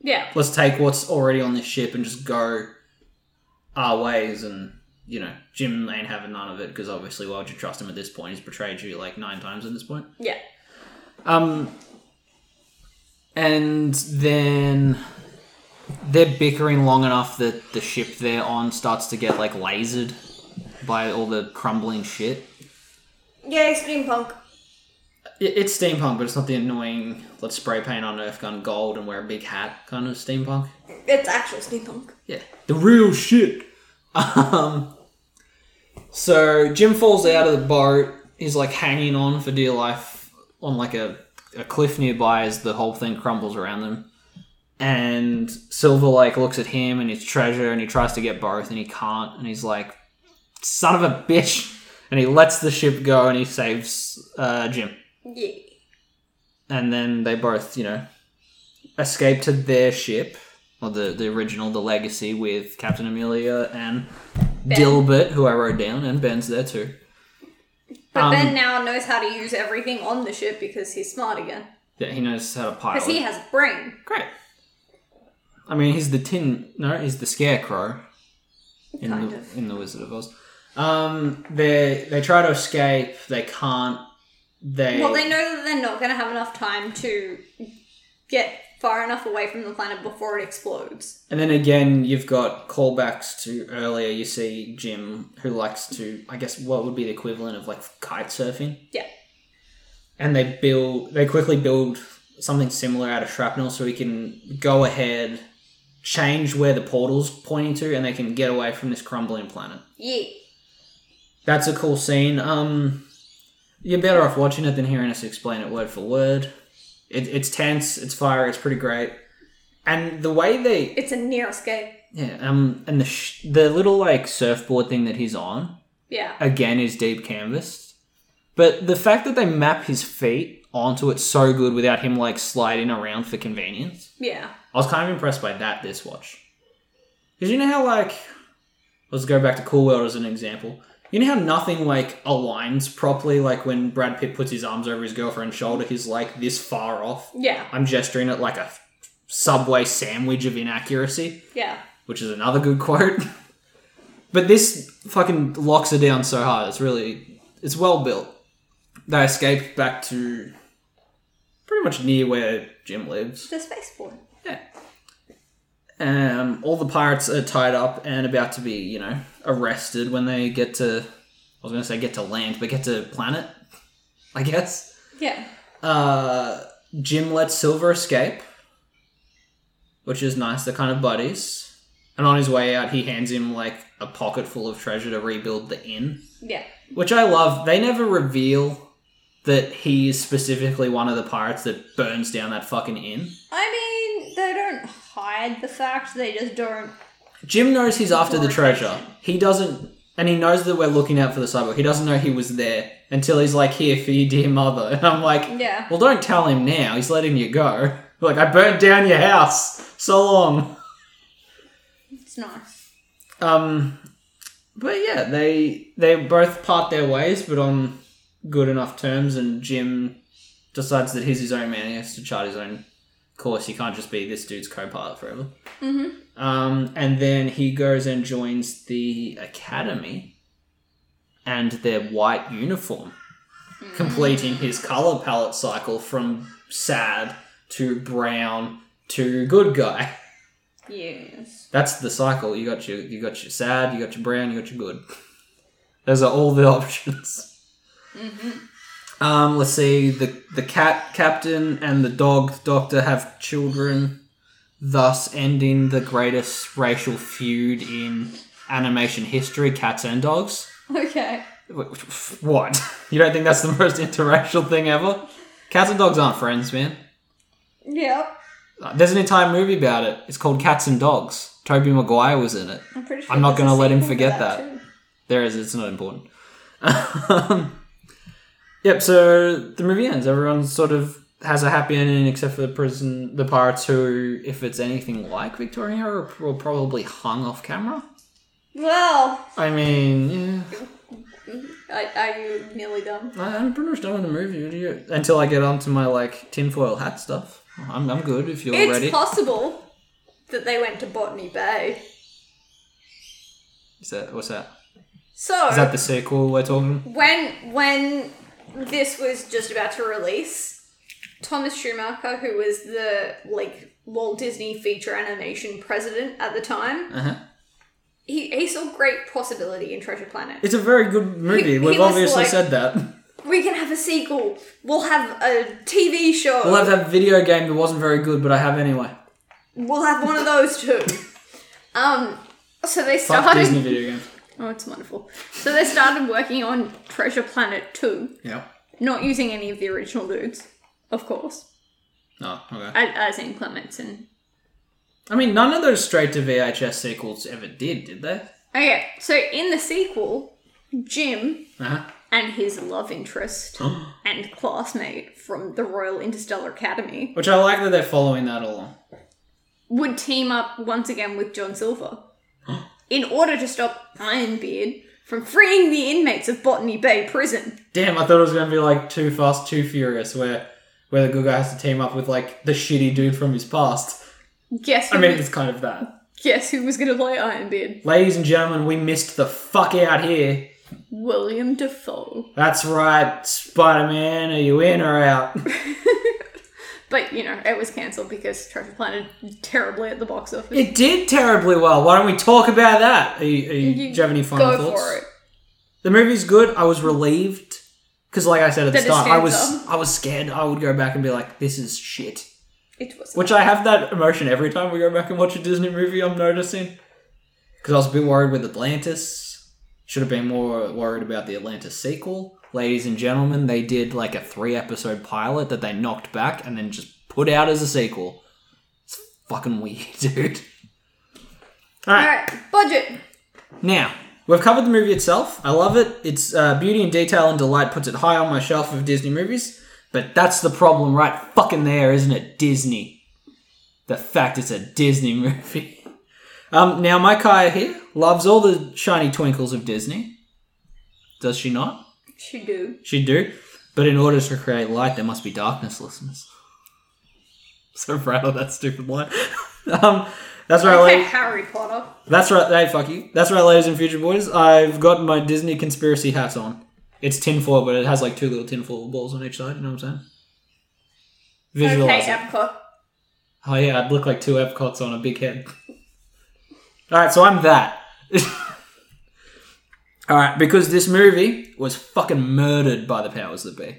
B: Yeah.
A: Let's take what's already on this ship and just go our ways." And you know, Jim ain't having none of it because obviously, why would you trust him at this point? He's betrayed you like nine times at this point.
B: Yeah.
A: Um, and then they're bickering long enough that the ship they're on starts to get like lasered by all the crumbling shit.
B: Yeah, extreme punk.
A: It, it's steampunk, but it's not the annoying let's spray paint on Nerf gun gold and wear a big hat kind of steampunk.
B: It's actual steampunk.
A: Yeah, the real shit. <laughs> Um, so Jim falls out of the boat. He's like hanging on for dear life on like a, a cliff nearby as the whole thing crumbles around them. And Silver like looks at him and his treasure, and he tries to get both, and he can't. And he's like, "Son of a bitch!" And he lets the ship go, and he saves uh, Jim.
B: Yeah.
A: And then they both, you know, escape to their ship, or the, the original, the legacy, with Captain Amelia and Dilbert, who I wrote down, and Ben's there too.
B: But
A: Um,
B: Ben now knows how to use everything on the ship because he's smart again.
A: Yeah, he knows how to pilot.
B: Because he has a brain.
A: Great. I mean, he's the tin. No, he's the scarecrow in
B: Kind
A: the
B: of.
A: in the Wizard of Oz. Um, they they try to escape. They can't. They
B: Well, they know that they're not going to have enough time to get far enough away from the planet before it explodes.
A: And then again, you've got callbacks to earlier. You see Jim, who likes to, I guess, what would be the equivalent of like kite surfing.
B: Yeah.
A: And they build, they quickly build something similar out of shrapnel, so he can go ahead, change where the portal's pointing to, and they can get away from this crumbling planet.
B: Yeah.
A: That's a cool scene. Um, you're better off watching it than hearing us explain it word for word. It, it's tense. It's fire. It's pretty great. And the way they
B: It's a near escape.
A: yeah, um, and the sh- the little like surfboard thing that he's on
B: Yeah.
A: again is deep canvas, but the fact that they map his feet onto it so good without him like sliding around for convenience,
B: Yeah.
A: I was kind of impressed by that this watch. Because you know how like, let's go back to Cool World as an example. You know how nothing like aligns properly. Like when Brad Pitt puts his arms over his girlfriend's shoulder, he's like this far off.
B: Yeah.
A: I'm gesturing at like a subway sandwich of inaccuracy
B: Yeah.
A: which is another good quote. <laughs> but this fucking locks her down so hard. It's really, it's well built. They escape back to pretty much near where Jim lives.
B: The spaceport.
A: Yeah. Um, all the pirates are tied up and about to be, you know, arrested when they get to. I was going to say get to land, but get to planet, I guess
B: Yeah.
A: uh, Jim lets Silver escape, which is nice. They're kind of buddies. And on his way out, he hands him like a pocket full of treasure to rebuild the inn,
B: Yeah.
A: which I love. They never reveal that he is specifically one of the pirates that burns down that fucking inn.
B: I mean, they don't hide the fact, they just don't.
A: Jim knows he's after the
B: More attention.
A: treasure. He doesn't And he knows that we're looking out for the sidewalk. He doesn't know he was there until he's like, here for your dear mother. <laughs> And I'm like,
B: Yeah.
A: well, don't tell him now. He's letting you go. <laughs> Like, I burnt down your house. So long.
B: It's nice.
A: Um, but yeah, they they both part their ways, but on good enough terms. And Jim decides that he's his own man. He has to chart his own course. He can't just be this dude's co-pilot forever.
B: Mhm.
A: Um, and then he goes and joins the academy and their white uniform, completing his color palette cycle from sad to brown to good guy. <laughs>
B: Yes.
A: That's the cycle. You got your you got your sad, you got your brown, you got your good. Those are all the <laughs> options. Um, let's see. The the cat captain and the dog doctor have children, thus ending the greatest racial feud in animation history: cats and dogs.
B: Okay.
A: What? <laughs> You don't think that's the most interracial thing ever? Cats and dogs aren't friends, man.
B: Yep.
A: There's an entire movie about it. It's called Cats and Dogs. Toby Maguire was in it.
B: I'm pretty sure.
A: I'm not
B: there's a
A: gonna let him
B: sequel for
A: forget
B: too.
A: There is. It's not important. um, yep. So the movie ends. Everyone sort of has a happy ending, except for the prison, the pirates, who, if it's anything like Victorian era, were probably hung off camera.
B: Well,
A: I mean, yeah,
B: I, are you nearly done?
A: I- I'm pretty much done with the movie. Do you- Until I get onto my like tinfoil hat stuff. I'm, I'm good if you're
B: It's
A: ready.
B: possible that they went to Botany Bay.
A: Is that what's that?
B: So
A: Is that the sequel we're talking?
B: when when this was just about to release, Thomas Schumacher, who was the like Walt Disney feature animation president at the time,
A: Uh huh.
B: he, he saw great possibility in Treasure Planet.
A: It's a very good movie.
B: He- he
A: We've
B: was
A: obviously
B: like-
A: said that.
B: We can have a sequel. We'll have a TV show.
A: I love that video game that wasn't very good, but I have anyway.
B: We'll have one of those too. Um, so they
A: Fuck
B: started.
A: Disney video games.
B: Oh, it's wonderful. So they started working on Treasure Planet 2,
A: Yeah.
B: not using any of the original dudes, of course,
A: Oh, okay.
B: as, as in Clements and.
A: I mean, none of those straight to VHS sequels ever did, did they?
B: Okay, so in the sequel, Jim
A: Uh
B: and his love interest
A: huh.
B: and classmate from the Royal Interstellar Academy
A: <gasps> Which I like that they're following that along.
B: would team up once again with John
A: <gasps>
B: Silver in order to stop Ironbeard from freeing the inmates of Botany Bay Prison.
A: Damn, I thought it was gonna be like Too Fast, Too Furious, where where the good guy has to team up with like the shitty dude from his past.
B: Guess who,
A: I mean,
B: was,
A: it's kind of that.
B: guess who was going to play Ironbeard?
A: Ladies and gentlemen, we missed the fuck out here.
B: William Defoe.
A: That's right, Spider Man. Are you in or out?
B: But, you know, it was cancelled because Treasure Planet did terribly at the box office.
A: It did terribly well. Why don't we talk about that? Are you, are you, do you have any final
B: Go
A: thoughts?
B: for it.
A: The movie's good. I was relieved because, like I said at the
B: That it
A: start, I was
B: stands
A: I was scared. I would go back and be like, "This is shit,"
B: It was.
A: which I have that emotion every time we go back and watch a Disney movie. I'm noticing because I was a bit worried with Atlantis. Should have been more worried about the Atlantis sequel. Ladies and gentlemen, they did like a three episode pilot that they knocked back and then just put out as a sequel. It's fucking weird, <laughs> dude. All right.
B: Alright, budget.
A: Now, we've covered the movie itself. I love it. Its uh, beauty and detail and delight puts it high on my shelf of Disney movies. But that's the problem right fucking there, isn't it? Disney. The fact it's a Disney <laughs> movie. Um, now, my Kaya here loves all the shiny twinkles of Disney. Does she not?
B: She do.
A: She do. But in order to create light, there must be darkness, listeners. <laughs> So proud of that stupid line. <laughs> um, that's right,
B: Okay,
A: ladies.
B: Harry Potter.
A: That's right. Hey, fuck you. That's right, ladies and future boys. I've got my Disney conspiracy hat on. It's tinfoil, but it has like two little tinfoil balls on each side. You know what I'm saying?
B: Okay,
A: Visualize. it.
B: Epcot.
A: Oh yeah, I'd look like two Epcots on a big head. <laughs> All right, so I'm that. <laughs> All right, because this movie was fucking murdered by the powers that be.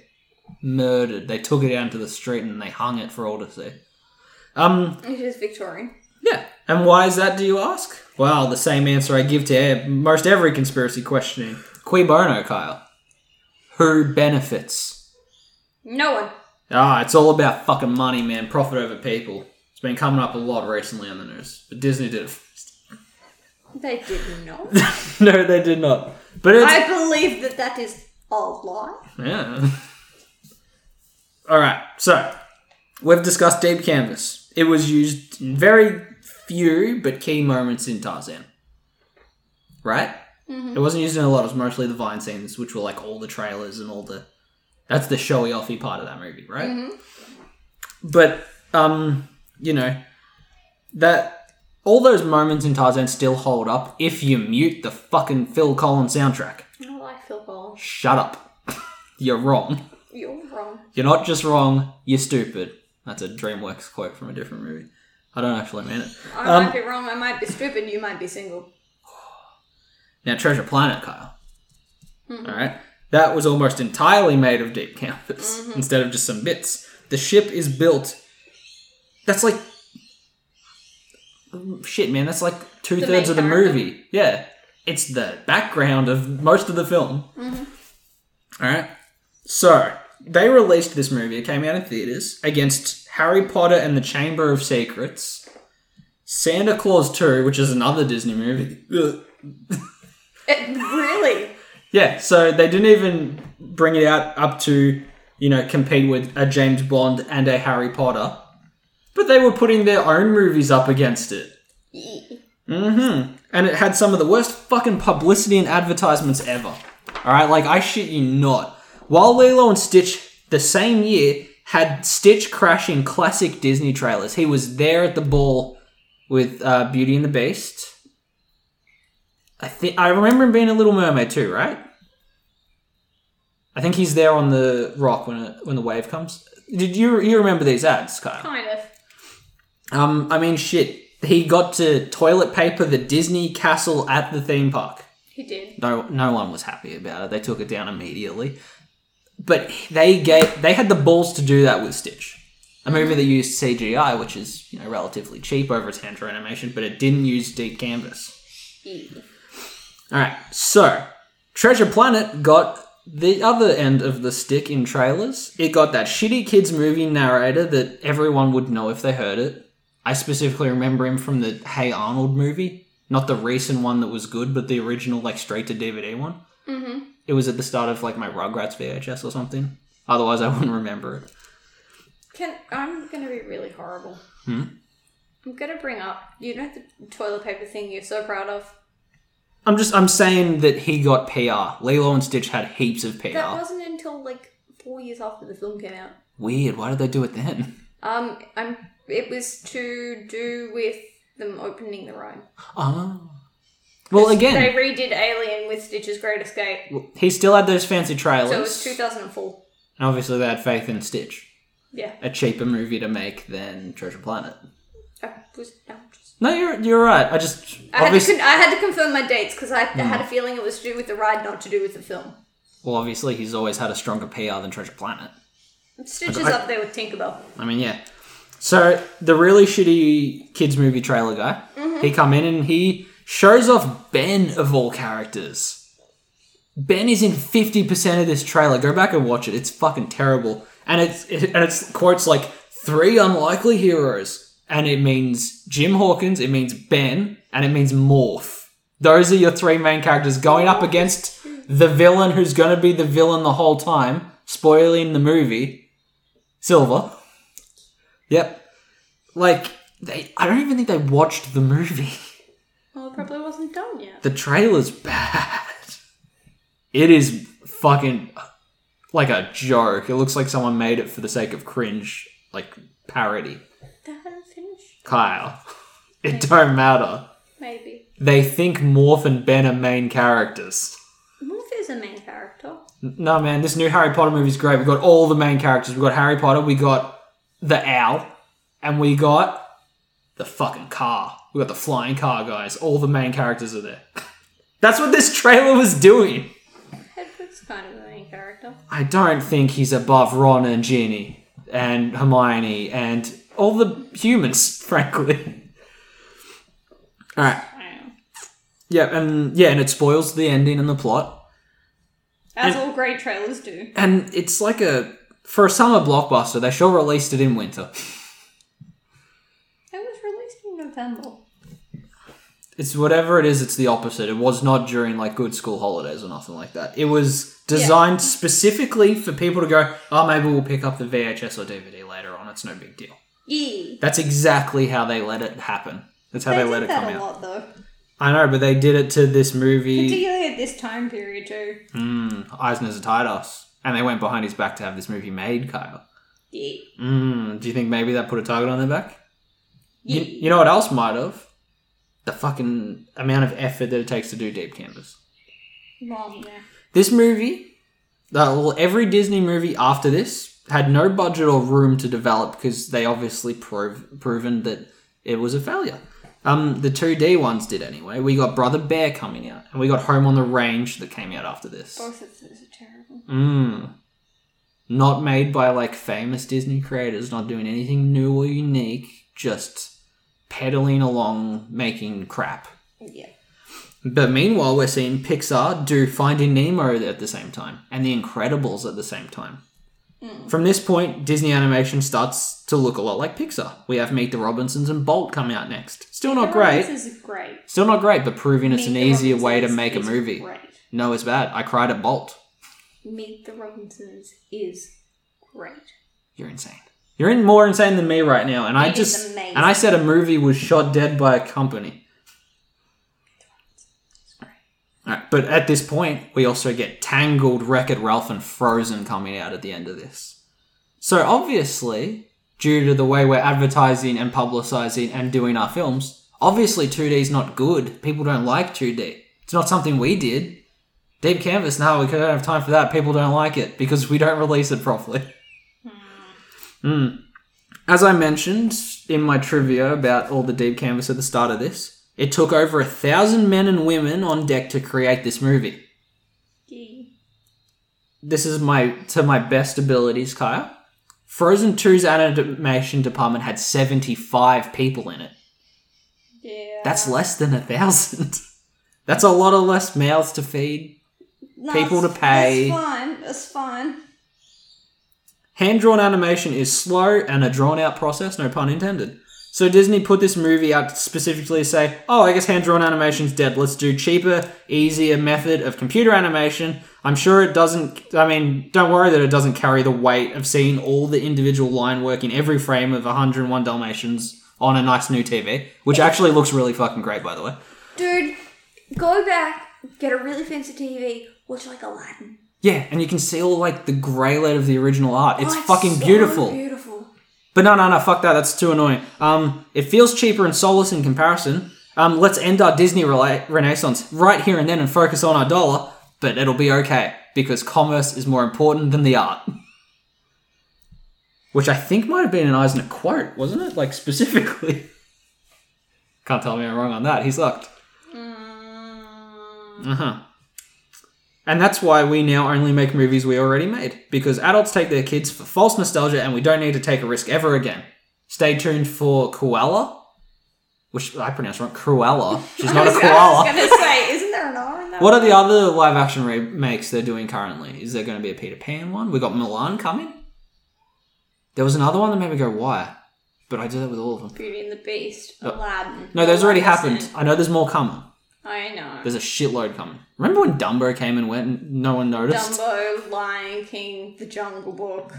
A: Murdered. They took it out into the street and they hung it for all to see. Um,
B: It is Victorian.
A: yeah. And why is that, do you ask? Well, the same answer I give to e- most every conspiracy questioning. Qui bono, Kyle? Who benefits?
B: No one.
A: Ah, it's all about fucking money, man. Profit over people. It's been coming up a lot recently on the news. But Disney did it first.
B: They did not.
A: <laughs> no, they did not. But it's
B: I believe that that is a lie.
A: yeah. <laughs> All right, so we've discussed Deep Canvas. It was used in very few but key moments in Tarzan. Right? It wasn't used in a lot. It was mostly the vine scenes, which were like all the trailers and all the. That's the showy offy part of that movie, right? But um, you know that all those moments in Tarzan still hold up if you mute the fucking Phil Collins soundtrack.
B: I don't like Phil Collins.
A: Shut up. <laughs> You're wrong.
B: You're wrong.
A: You're not just wrong, you're stupid. That's a DreamWorks quote from a different movie. I don't actually mean it.
B: I
A: Um,
B: might be wrong. I might be stupid. You might be single.
A: Now, Treasure Planet, Kyle.
B: Mm-hmm.
A: right. That was almost entirely made of deep canvas
B: Mm-hmm.
A: instead of just some bits. The ship is built. That's like. Shit, man. That's like two
B: The
A: thirds
B: main
A: of the
B: character.
A: movie. Yeah. It's the background of most of the film.
B: Mm-hmm.
A: All right. So, they released this movie. It came out in theaters against Harry Potter and the Chamber of Secrets, Santa Claus 2, which is another Disney movie. Ugh.
B: It, Eh, really?
A: Yeah, so they didn't even bring it out up to, you know, compete with a James Bond and a Harry Potter. But they were putting their own movies up against it.
B: Yee.
A: Mm-hmm. And it had some of the worst fucking publicity and advertisements ever. Alright, like I shit you not. While Lilo and Stitch the same year had Stitch crashing classic Disney trailers. He was there at the ball with uh, Beauty and the Beast. I think I remember him being a Little Mermaid too, right? I think he's there on the rock when it, when the wave comes. Did you you remember these ads, Kyle?
B: Kind of.
A: Um, I mean, shit. He got to toilet paper the Disney castle at the theme park.
B: He did.
A: No, no one was happy about it. They took it down immediately. But they gave, they had the balls to do that with Stitch, a movie that used CGI, which is you know relatively cheap over its hand animation, but it didn't use deep canvas.
B: Yee.
A: All right, so Treasure Planet got the other end of the stick in trailers. It got that shitty kids movie narrator that everyone would know if they heard it. I specifically remember him from the Hey Arnold movie, not the recent one that was good, but the original like straight to DVD one. Mm-hmm. It was at the start of like my Rugrats VHS or something. Otherwise, I <laughs> wouldn't remember it.
B: Can I'm gonna be really horrible. I'm gonna bring up you know the toilet paper thing you're so proud of.
A: I'm just I'm saying that he got PR. Lilo and Stitch had heaps of PR.
B: That wasn't until like four years after the film came out.
A: Weird. Why did they do it then? <laughs>
B: Um, I'm. It was to do with them opening the rhyme.
A: Oh. Well, again,
B: They redid Alien with Stitch's Great Escape,
A: Well, He still had those fancy trailers.
B: so it was 2004.
A: and obviously, they had faith in Stitch,
B: Yeah,
A: a cheaper movie to make than Treasure Planet.
B: I was. I'm just-
A: No, you're you're right. I just
B: I had, to
A: obviously,
B: con- I had to confirm my dates because
A: Hmm.
B: I had a feeling it was to do with the ride, not to do with the film.
A: well, obviously, he's always had a stronger PR than Treasure Planet.
B: Stitch is
A: I-
B: up there with Tinkerbell.
A: I mean, yeah. So the really shitty kids movie trailer guy, he come in and he shows off Ben of all characters. Ben is in fifty percent of this trailer. Go back and watch it. It's fucking terrible. And it's it, and it's quotes like three unlikely heroes, and it means Jim Hawkins, it means Ben, and it means Morph. Those are your three main characters going up against the villain who's going to be the villain the whole time. Spoiling the movie, Silver. Yep. Like they, I don't even think they watched the movie. <laughs>
B: Well, it probably wasn't done yet.
A: The trailer's bad. It is fucking like a joke. It looks like someone made it for the sake of cringe, like parody.
B: They hadn't finished.
A: Kyle, <laughs> it don't matter.
B: Maybe.
A: They think Morph and Ben are main characters.
B: Morph is a main character.
A: N- No man, this new Harry Potter movie's great. We've got all the main characters. We've got Harry Potter, we got the owl, and we got the fucking car. We got the flying car, guys. All the main characters are there. <laughs> That's what this trailer was doing.
B: Hedwig's kind of the main character.
A: I don't think he's above Ron and Ginny and Hermione and all the humans, <laughs> frankly. Alright.
B: I don't know.
A: Yeah, and yeah, and it spoils the ending and the plot.
B: As all great trailers do.
A: And it's like a for a summer blockbuster, they sure released it <laughs> in winter.
B: It was released in November.
A: it's whatever it is. It's the opposite. It was not during like good school holidays or nothing like that. It was designed specifically for people to go, oh, maybe we'll pick up the VHS or DVD later on. It's no big deal.
B: Yee.
A: That's exactly how they let it happen. That's how
B: They
A: they,
B: did
A: let it
B: that
A: come
B: a
A: out.
B: lot though,
A: I know, but they did it to this movie.
B: particularly at this time period too.
A: Mm, Eisner's a tight ass, and they went behind his back to have this movie made, Kyle.
B: Yeah.
A: Mm, do you think maybe that put a target on their back? You,
B: Yeah.
A: you know what else might have? The fucking amount of effort that it takes to do deep canvas.
B: Long yeah.
A: This movie, uh, well, every Disney movie after this had no budget or room to develop because they obviously prove, proven that it was a failure. Um, the 2D ones did anyway. We got Brother Bear coming out, and we got Home on the Range that came out after this.
B: Both of those are terrible.
A: Mm. Not made by like famous Disney creators, not doing anything new or unique, just peddling along making crap.
B: Yeah.
A: But meanwhile, we're seeing Pixar do Finding Nemo at the same time and The Incredibles at the same time.
B: Hmm.
A: From this point, Disney animation starts to look a lot like Pixar. We have Meet the Robinsons and Bolt come out next. Still not great.
B: This is great.
A: Still not great, but proving it's an
B: Meet the
A: easier way to
B: Robinsons
A: make a
B: is
A: movie.
B: Great.
A: No, it's bad. I cried at Bolt.
B: Meet the Robinsons is great.
A: You're insane. You're in more insane than me right now, and I
B: It is
A: just
B: amazing.
A: and I said a movie was shot dead by a company. All right, but at this point, we also get Tangled, Wreck It Ralph, and Frozen coming out at the end of this. So obviously, due to the way we're advertising and publicizing and doing our films, obviously 2D is not good. People don't like 2D. It's not something we did. Deep Canvas, no, we don't have time for that. People don't like it because we don't release it properly. <laughs> Hmm. As I mentioned in my trivia about all the deep canvas at the start of this, it took over a thousand men and women on deck to create this movie.
B: Yeah.
A: This is my to my best abilities, Kyle. Frozen 2's animation department had 75 people in it.
B: Yeah.
A: That's less than a thousand. <laughs> That's a lot of less mouths to feed.
B: No,
A: people
B: it's-
A: to pay.
B: That's fine. That's fine.
A: Hand drawn animation is slow and a drawn out process, no pun intended. So Disney put this movie out specifically to say, oh, I guess hand drawn animation's dead. Let's do cheaper, easier method of computer animation. I'm sure it doesn't, I mean, don't worry that it doesn't carry the weight of seeing all the individual line work in every frame of 101 Dalmatians on a nice new TV, which actually looks really fucking great, by the way.
B: Dude, go back, get a really fancy TV, watch like Aladdin.
A: Yeah, and you can see all like the grey lead of the original art. It's
B: Oh,
A: fucking
B: so
A: beautiful.
B: Beautiful.
A: But no, no, no, fuck that. That's too annoying. Um, it feels cheaper and soulless in comparison. Um, let's end our Disney rela- renaissance right here and then and focus on our dollar, but it'll be okay because commerce is more important than the art. Which I think might have been an Eisner quote, wasn't it? Like specifically. Can't tell me I'm wrong on that. He sucked.
B: Mm,
A: Uh huh. And that's why we now only make movies we already made, because adults take their kids for false nostalgia and we don't need to take a risk ever again. Stay tuned for Koala, which I pronounced wrong, Cruella. She's not a
B: <laughs> I
A: koala.
B: was gonna say, isn't there an R in that?
A: What are the other live action remakes they're doing currently? Is there going to be a Peter Pan one? We got Milan coming. There was another one that made me go, why? But I do that with all of them.
B: Beauty and the Beast,
A: Oh.
B: Aladdin.
A: No, those already
B: Aladdin's
A: happened.
B: in it.
A: I know there's more coming.
B: I know.
A: There's a shitload coming. Remember when Dumbo came and went and no one noticed?
B: Dumbo, Lion King, The Jungle Book.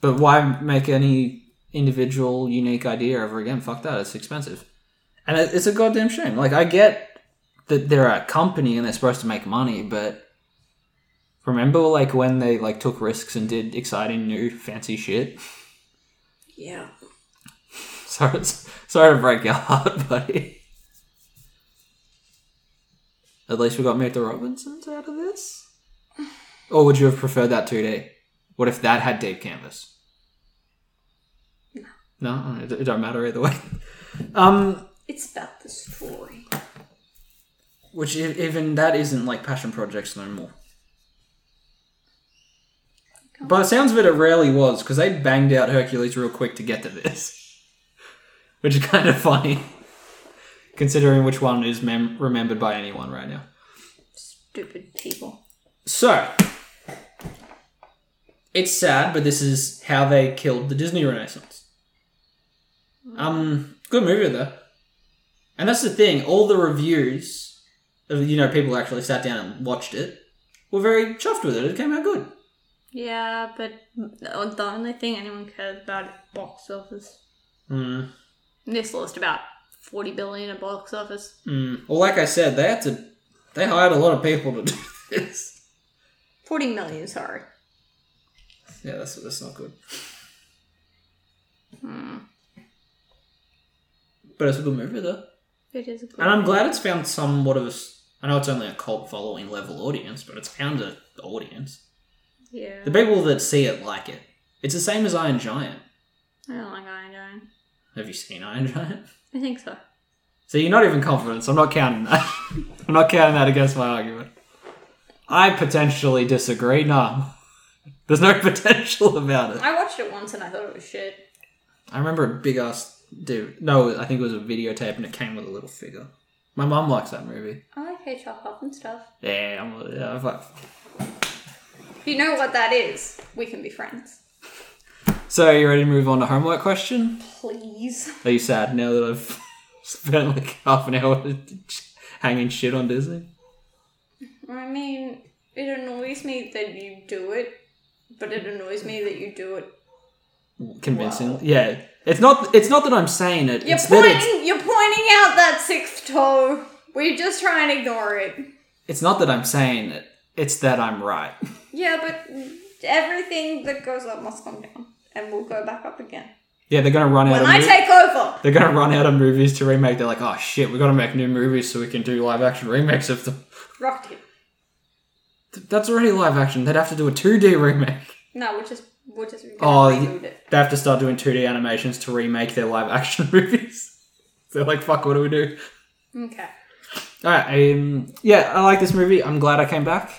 A: But why make any individual unique idea ever again? Fuck that. It's expensive. And it- it's a goddamn shame. Like, I get that they're a company and they're supposed to make money, but remember, like, when they, like, took risks and did exciting new fancy shit?
B: Yeah.
A: <laughs> Sorry, sorry to break your heart, buddy. At least we got Meet the Robinsons out of this? Or would you have preferred that 2D? What if that had deep canvas? No. No? It, it don't matter either way. <laughs> Um,
B: It's about the story.
A: which e- even that isn't like passion projects no more. By the sounds of it, it rarely was, because they banged out Hercules real quick to get to this. <laughs> Which is kind of funny, considering which one is mem- remembered by anyone right now.
B: Stupid people.
A: So, it's sad, but this is how they killed the Disney Renaissance. Um, good movie though. And that's the thing. All the reviews, of, you know, people who actually sat down and watched it, were very chuffed with it. It came out good.
B: Yeah, but the only thing anyone cares about is box office.
A: Mm.
B: This lost about forty billion at box office.
A: Mm. Well, like I said, they had to. They hired a lot of people to <laughs> do this.
B: Forty million, sorry.
A: Yeah, that's that's not good.
B: Hmm.
A: But it's a good movie though,
B: It is. a good
A: and I'm glad it's found somewhat of a. s- I know it's only a cult following level audience, but it's found an audience.
B: Yeah.
A: The people that see it like it. It's the same as Iron Giant.
B: I don't like Iron Giant.
A: Have you seen Iron <laughs> Giant?
B: I think so.
A: So you're not even confident. So I'm not counting that. <laughs> I'm not counting that against my argument. I potentially disagree. No, <laughs> there's no <laughs> potential about it.
B: I watched it once and I thought it was shit.
A: I remember a big ass dude. No, I think it was a videotape, and it came with a little figure. My mum likes that movie.
B: I like H.R. Puff and stuff.
A: Yeah, I'm, yeah, I'm like-
B: If you know what that is, we can be friends.
A: So are you ready to move on to homework question?
B: Please.
A: Are you sad now that I've <laughs> spent like half an hour <laughs> hanging shit on Disney?
B: I mean, it annoys me that you do it, but it annoys me that you do it.
A: Convincingly, yeah. It's not. It's not that I'm saying it.
B: You're
A: it's that
B: pointing.
A: it's
B: You're pointing out that sixth toe. We're just trying to ignore it.
A: It's not that I'm saying it, it's that I'm right.
B: Yeah, but everything that goes up must come down, and we'll go back up again
A: Yeah, they're gonna run out
B: when
A: of
B: I
A: mov-
B: take over.
A: they're gonna run out of movies to remake. They're like, oh shit, we gotta make new movies so we can do live action remakes of them.
B: Rocked him.
A: Th- That's already live action. They'd have to do a 2D remake.
B: No, we're just we're just gonna
A: Oh,
B: reboot
A: y-
B: it.
A: they have to start doing 2D animations to remake their live <laughs> action movies. They're like, fuck, what do we do?
B: Okay.
A: All right, um, yeah, I like this movie. I'm glad I came back.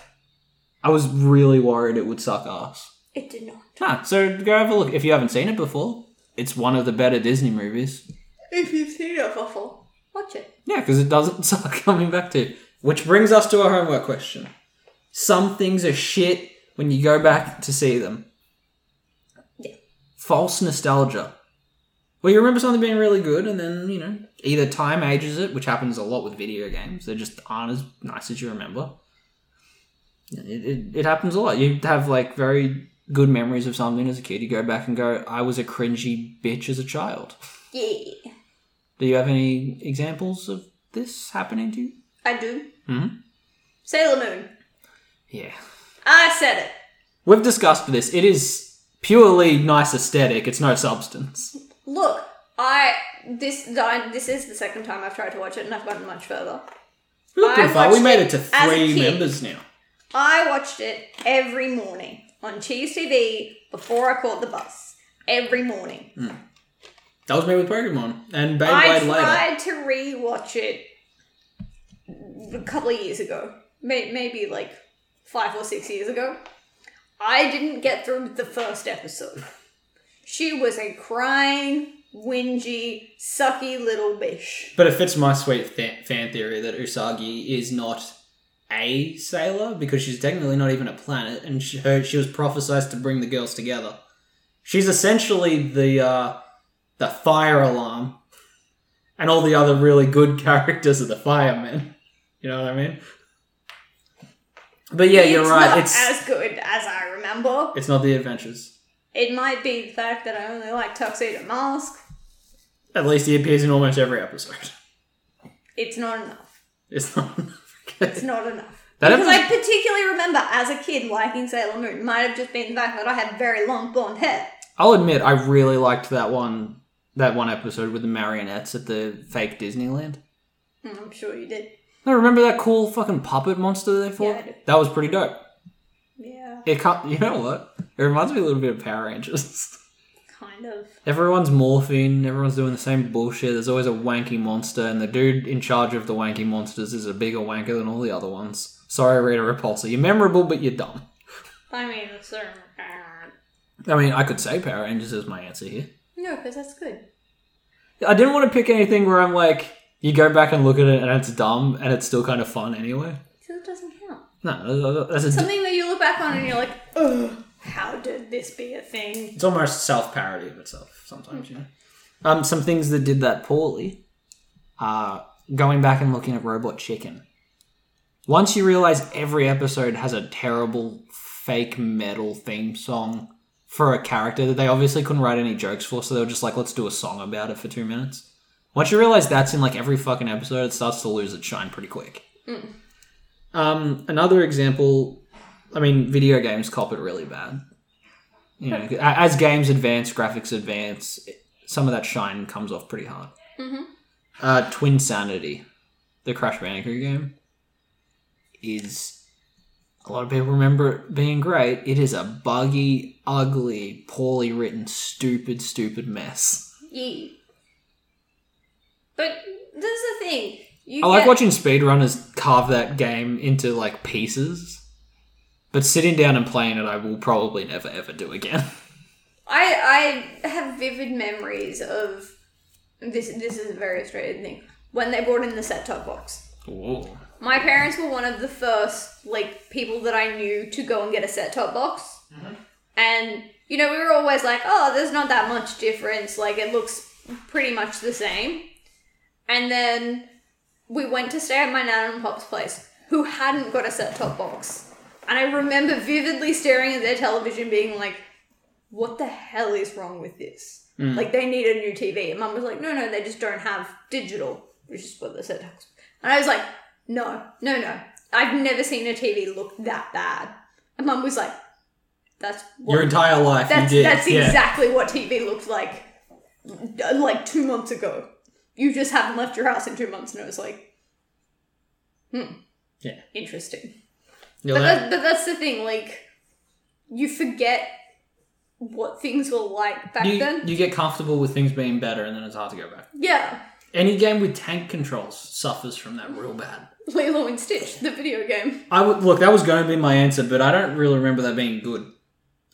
A: I was really worried it would suck ass.
B: It did not.
A: Nah, so go have a look if you haven't seen it before. It's one of the better Disney movies.
B: If you've seen it, Fuffle, watch it.
A: Yeah, because it doesn't <laughs> suck coming back to. Which brings us to our homework question. Some things are shit when you go back to see them.
B: Yeah.
A: False nostalgia. Well, you remember something being really good, and then, you know, either time ages it, which happens a lot with video games. They just aren't as nice as you remember. It, it, it happens a lot. You have, like, very good memories of something as a kid. You go back and go, I was a cringy bitch as a child.
B: Yeah,
A: Do you have any examples of this happening to you?
B: I do.
A: Hmm?
B: Sailor Moon.
A: Yeah.
B: I said it.
A: We've discussed this. It is purely nice aesthetic, it's no substance.
B: Look, I this I, this is the second time I've tried to watch it, and I've gotten much further.
A: We got pretty
B: I
A: far. We
B: watched
A: made
B: it
A: it to
B: as a
A: three
B: kid.
A: members now.
B: I watched it every morning on Cheese TV before I caught the bus. Every morning.
A: That was me with Pokemon and
B: I
A: Beyblade later.
B: tried to re-watch it a couple of years ago, May- maybe like five or six years ago. I didn't get through the first episode. She was a crying, whingy, sucky little bitch.
A: But it fits my sweet fa- fan theory that Usagi is not a sailor because she's technically not even a planet, and she, her, she was prophesized to bring the girls together. She's essentially the uh, the fire alarm, and all the other really good <laughs> characters are the firemen. You know what I mean? But yeah, you're
B: it's
A: right.
B: Not
A: It's
B: as good as I remember.
A: it's not the adventures.
B: It might be the fact that I only like Tuxedo Mask.
A: At least he appears in almost every episode. <laughs>
B: It's not enough.
A: It's not. <laughs>
B: It's not enough.
A: That
B: because
A: episode-
B: I particularly remember as a kid liking Sailor Moon. Might have just been the fact that I had very long blonde hair.
A: I'll admit I really liked that one that one episode with the marionettes at the fake Disneyland.
B: Mm, I'm sure you did.
A: I remember that cool fucking puppet monster they fought.
B: Yeah, I do.
A: that was pretty dope.
B: Yeah,
A: It can't, you know what? It reminds me a little bit of Power Rangers. <laughs>
B: kind of.
A: everyone's morphing, everyone's doing the same bullshit. There's always a wanky monster, and the dude in charge of the wanky monsters is a bigger wanker than all the other ones. Sorry, Rita Repulsa, you're memorable, but you're dumb.
B: I mean, it's um,
A: I mean, I could say Power Rangers is my answer here.
B: no, because that's good.
A: I didn't want to pick anything where I'm like, you go back and look at it and it's dumb and it's still kind of fun anyway.
B: So it doesn't count.
A: No, that's a,
B: Something that you look back on and you're like, ugh, how did this be a thing?
A: it's almost self parody of itself sometimes, you know. Um, some things that did that poorly.
C: uh, going back and looking at Robot Chicken. Once you realize every episode has a terrible fake metal theme song for a character that they obviously couldn't write any jokes for, so they were just like, let's do a song about it for two minutes. Once you realize that's in like every fucking episode, it starts to lose its shine pretty quick. Um, another example, I mean, video games cop it really bad. You know, a- as games advance, graphics advance, it- some of that shine comes off pretty hard.
B: Mhm.
C: Uh, Twin Sanity, the Crash Bandicoot game, is a lot of people remember it being great. It is a buggy, ugly, poorly written, stupid, stupid mess.
B: Yee. But this is the thing. You
C: I like
B: get-
C: watching speedrunners carve that game into like pieces. But sitting down and playing it, I will probably never ever do again.
B: I I have vivid memories of this. This is a very Australian thing. When they brought in the set top box,
C: Whoa.
B: my parents were one of the first like people that I knew to go and get a set top box, and you know we were always like, oh, there's not that much difference. Like it looks pretty much the same. And then we went to stay at my nan and pop's place, who hadn't got a set top box, and I remember vividly staring at their television, being like what the hell is wrong with this? Like they need a new TV. And mum was like, no, no, they just don't have digital, which is what the set tops. And I was like, no, no, no. I've never seen a TV look that bad. And mum was like, that's what
A: Your entire life
B: that's
A: you did.
B: that's
A: yeah.
B: exactly what TV looked like uh, like two months ago. You just haven't left your house in two months, and I was like, hmm,
A: Yeah.
B: interesting.
A: You're
B: But,
A: like-
B: that's, but that's the thing, like, you forget what things were like back
A: you,
B: then.
A: you get comfortable with things being better and then it's hard to go back.
B: yeah,
A: Any game with tank controls suffers from that real bad.
B: Lilo and Stitch, the video game.
A: I would look. That was going to be my answer, but I don't really remember that being good.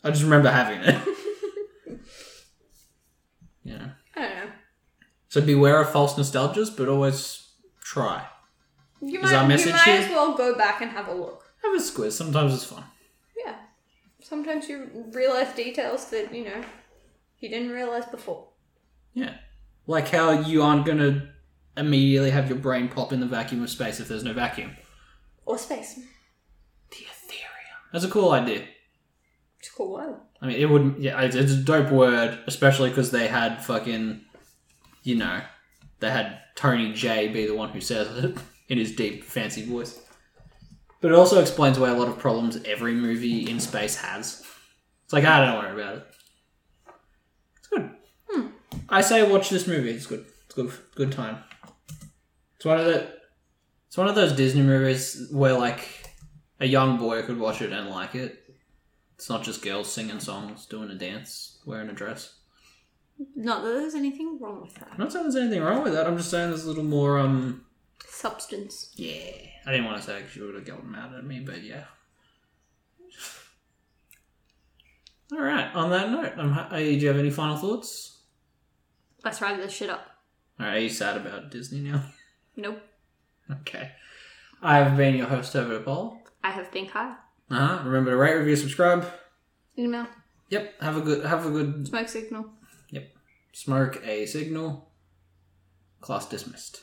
A: I just remember having it.
B: <laughs>
A: <laughs> yeah.
B: I don't know.
A: So beware of false nostalgias, but always try.
B: You
A: our
B: might, you
A: message
B: might
A: here?
B: as well go back and have a look.
A: Have a squiz. Sometimes it's fun.
B: Yeah. Sometimes you realize details that, you know, you didn't realize before.
A: Yeah. Like how you aren't going to immediately have your brain pop in the vacuum of space if there's no vacuum.
B: Or space.
A: The Ethereum. That's a cool idea.
B: It's a cool word.
A: I mean, it would. Yeah, it's, it's a dope word, especially because they had fucking, you know, they had Tony J be the one who says it <laughs> in his deep, fancy voice. But it also explains why a lot of problems every movie in space has. It's like I don't worry about it. It's good. I say watch this movie. It's good. It's good. Good time. It's one of the. It's one of those Disney movies where like a young boy could watch it and like it. It's not just girls singing songs, doing a dance, wearing a dress.
B: Not that there's anything wrong with that.
A: I'm not saying there's anything wrong with that. I'm just saying there's a little more. um...
B: Substance.
A: Yeah, I didn't want to say because you would have gotten mad at me, but yeah. <laughs> All right. On that note, I'm ha- uh, do you have any final thoughts?
B: Let's wrap this shit up.
A: All right, are you sad about Disney now? <laughs>
B: Nope.
A: okay. I've been your host, David Paul.
B: I have been high.
A: Uh huh. Remember to rate, review, subscribe.
B: Email.
A: Yep. Have a good. Have a good
B: Smoke signal.
A: smoke. A signal. Class dismissed.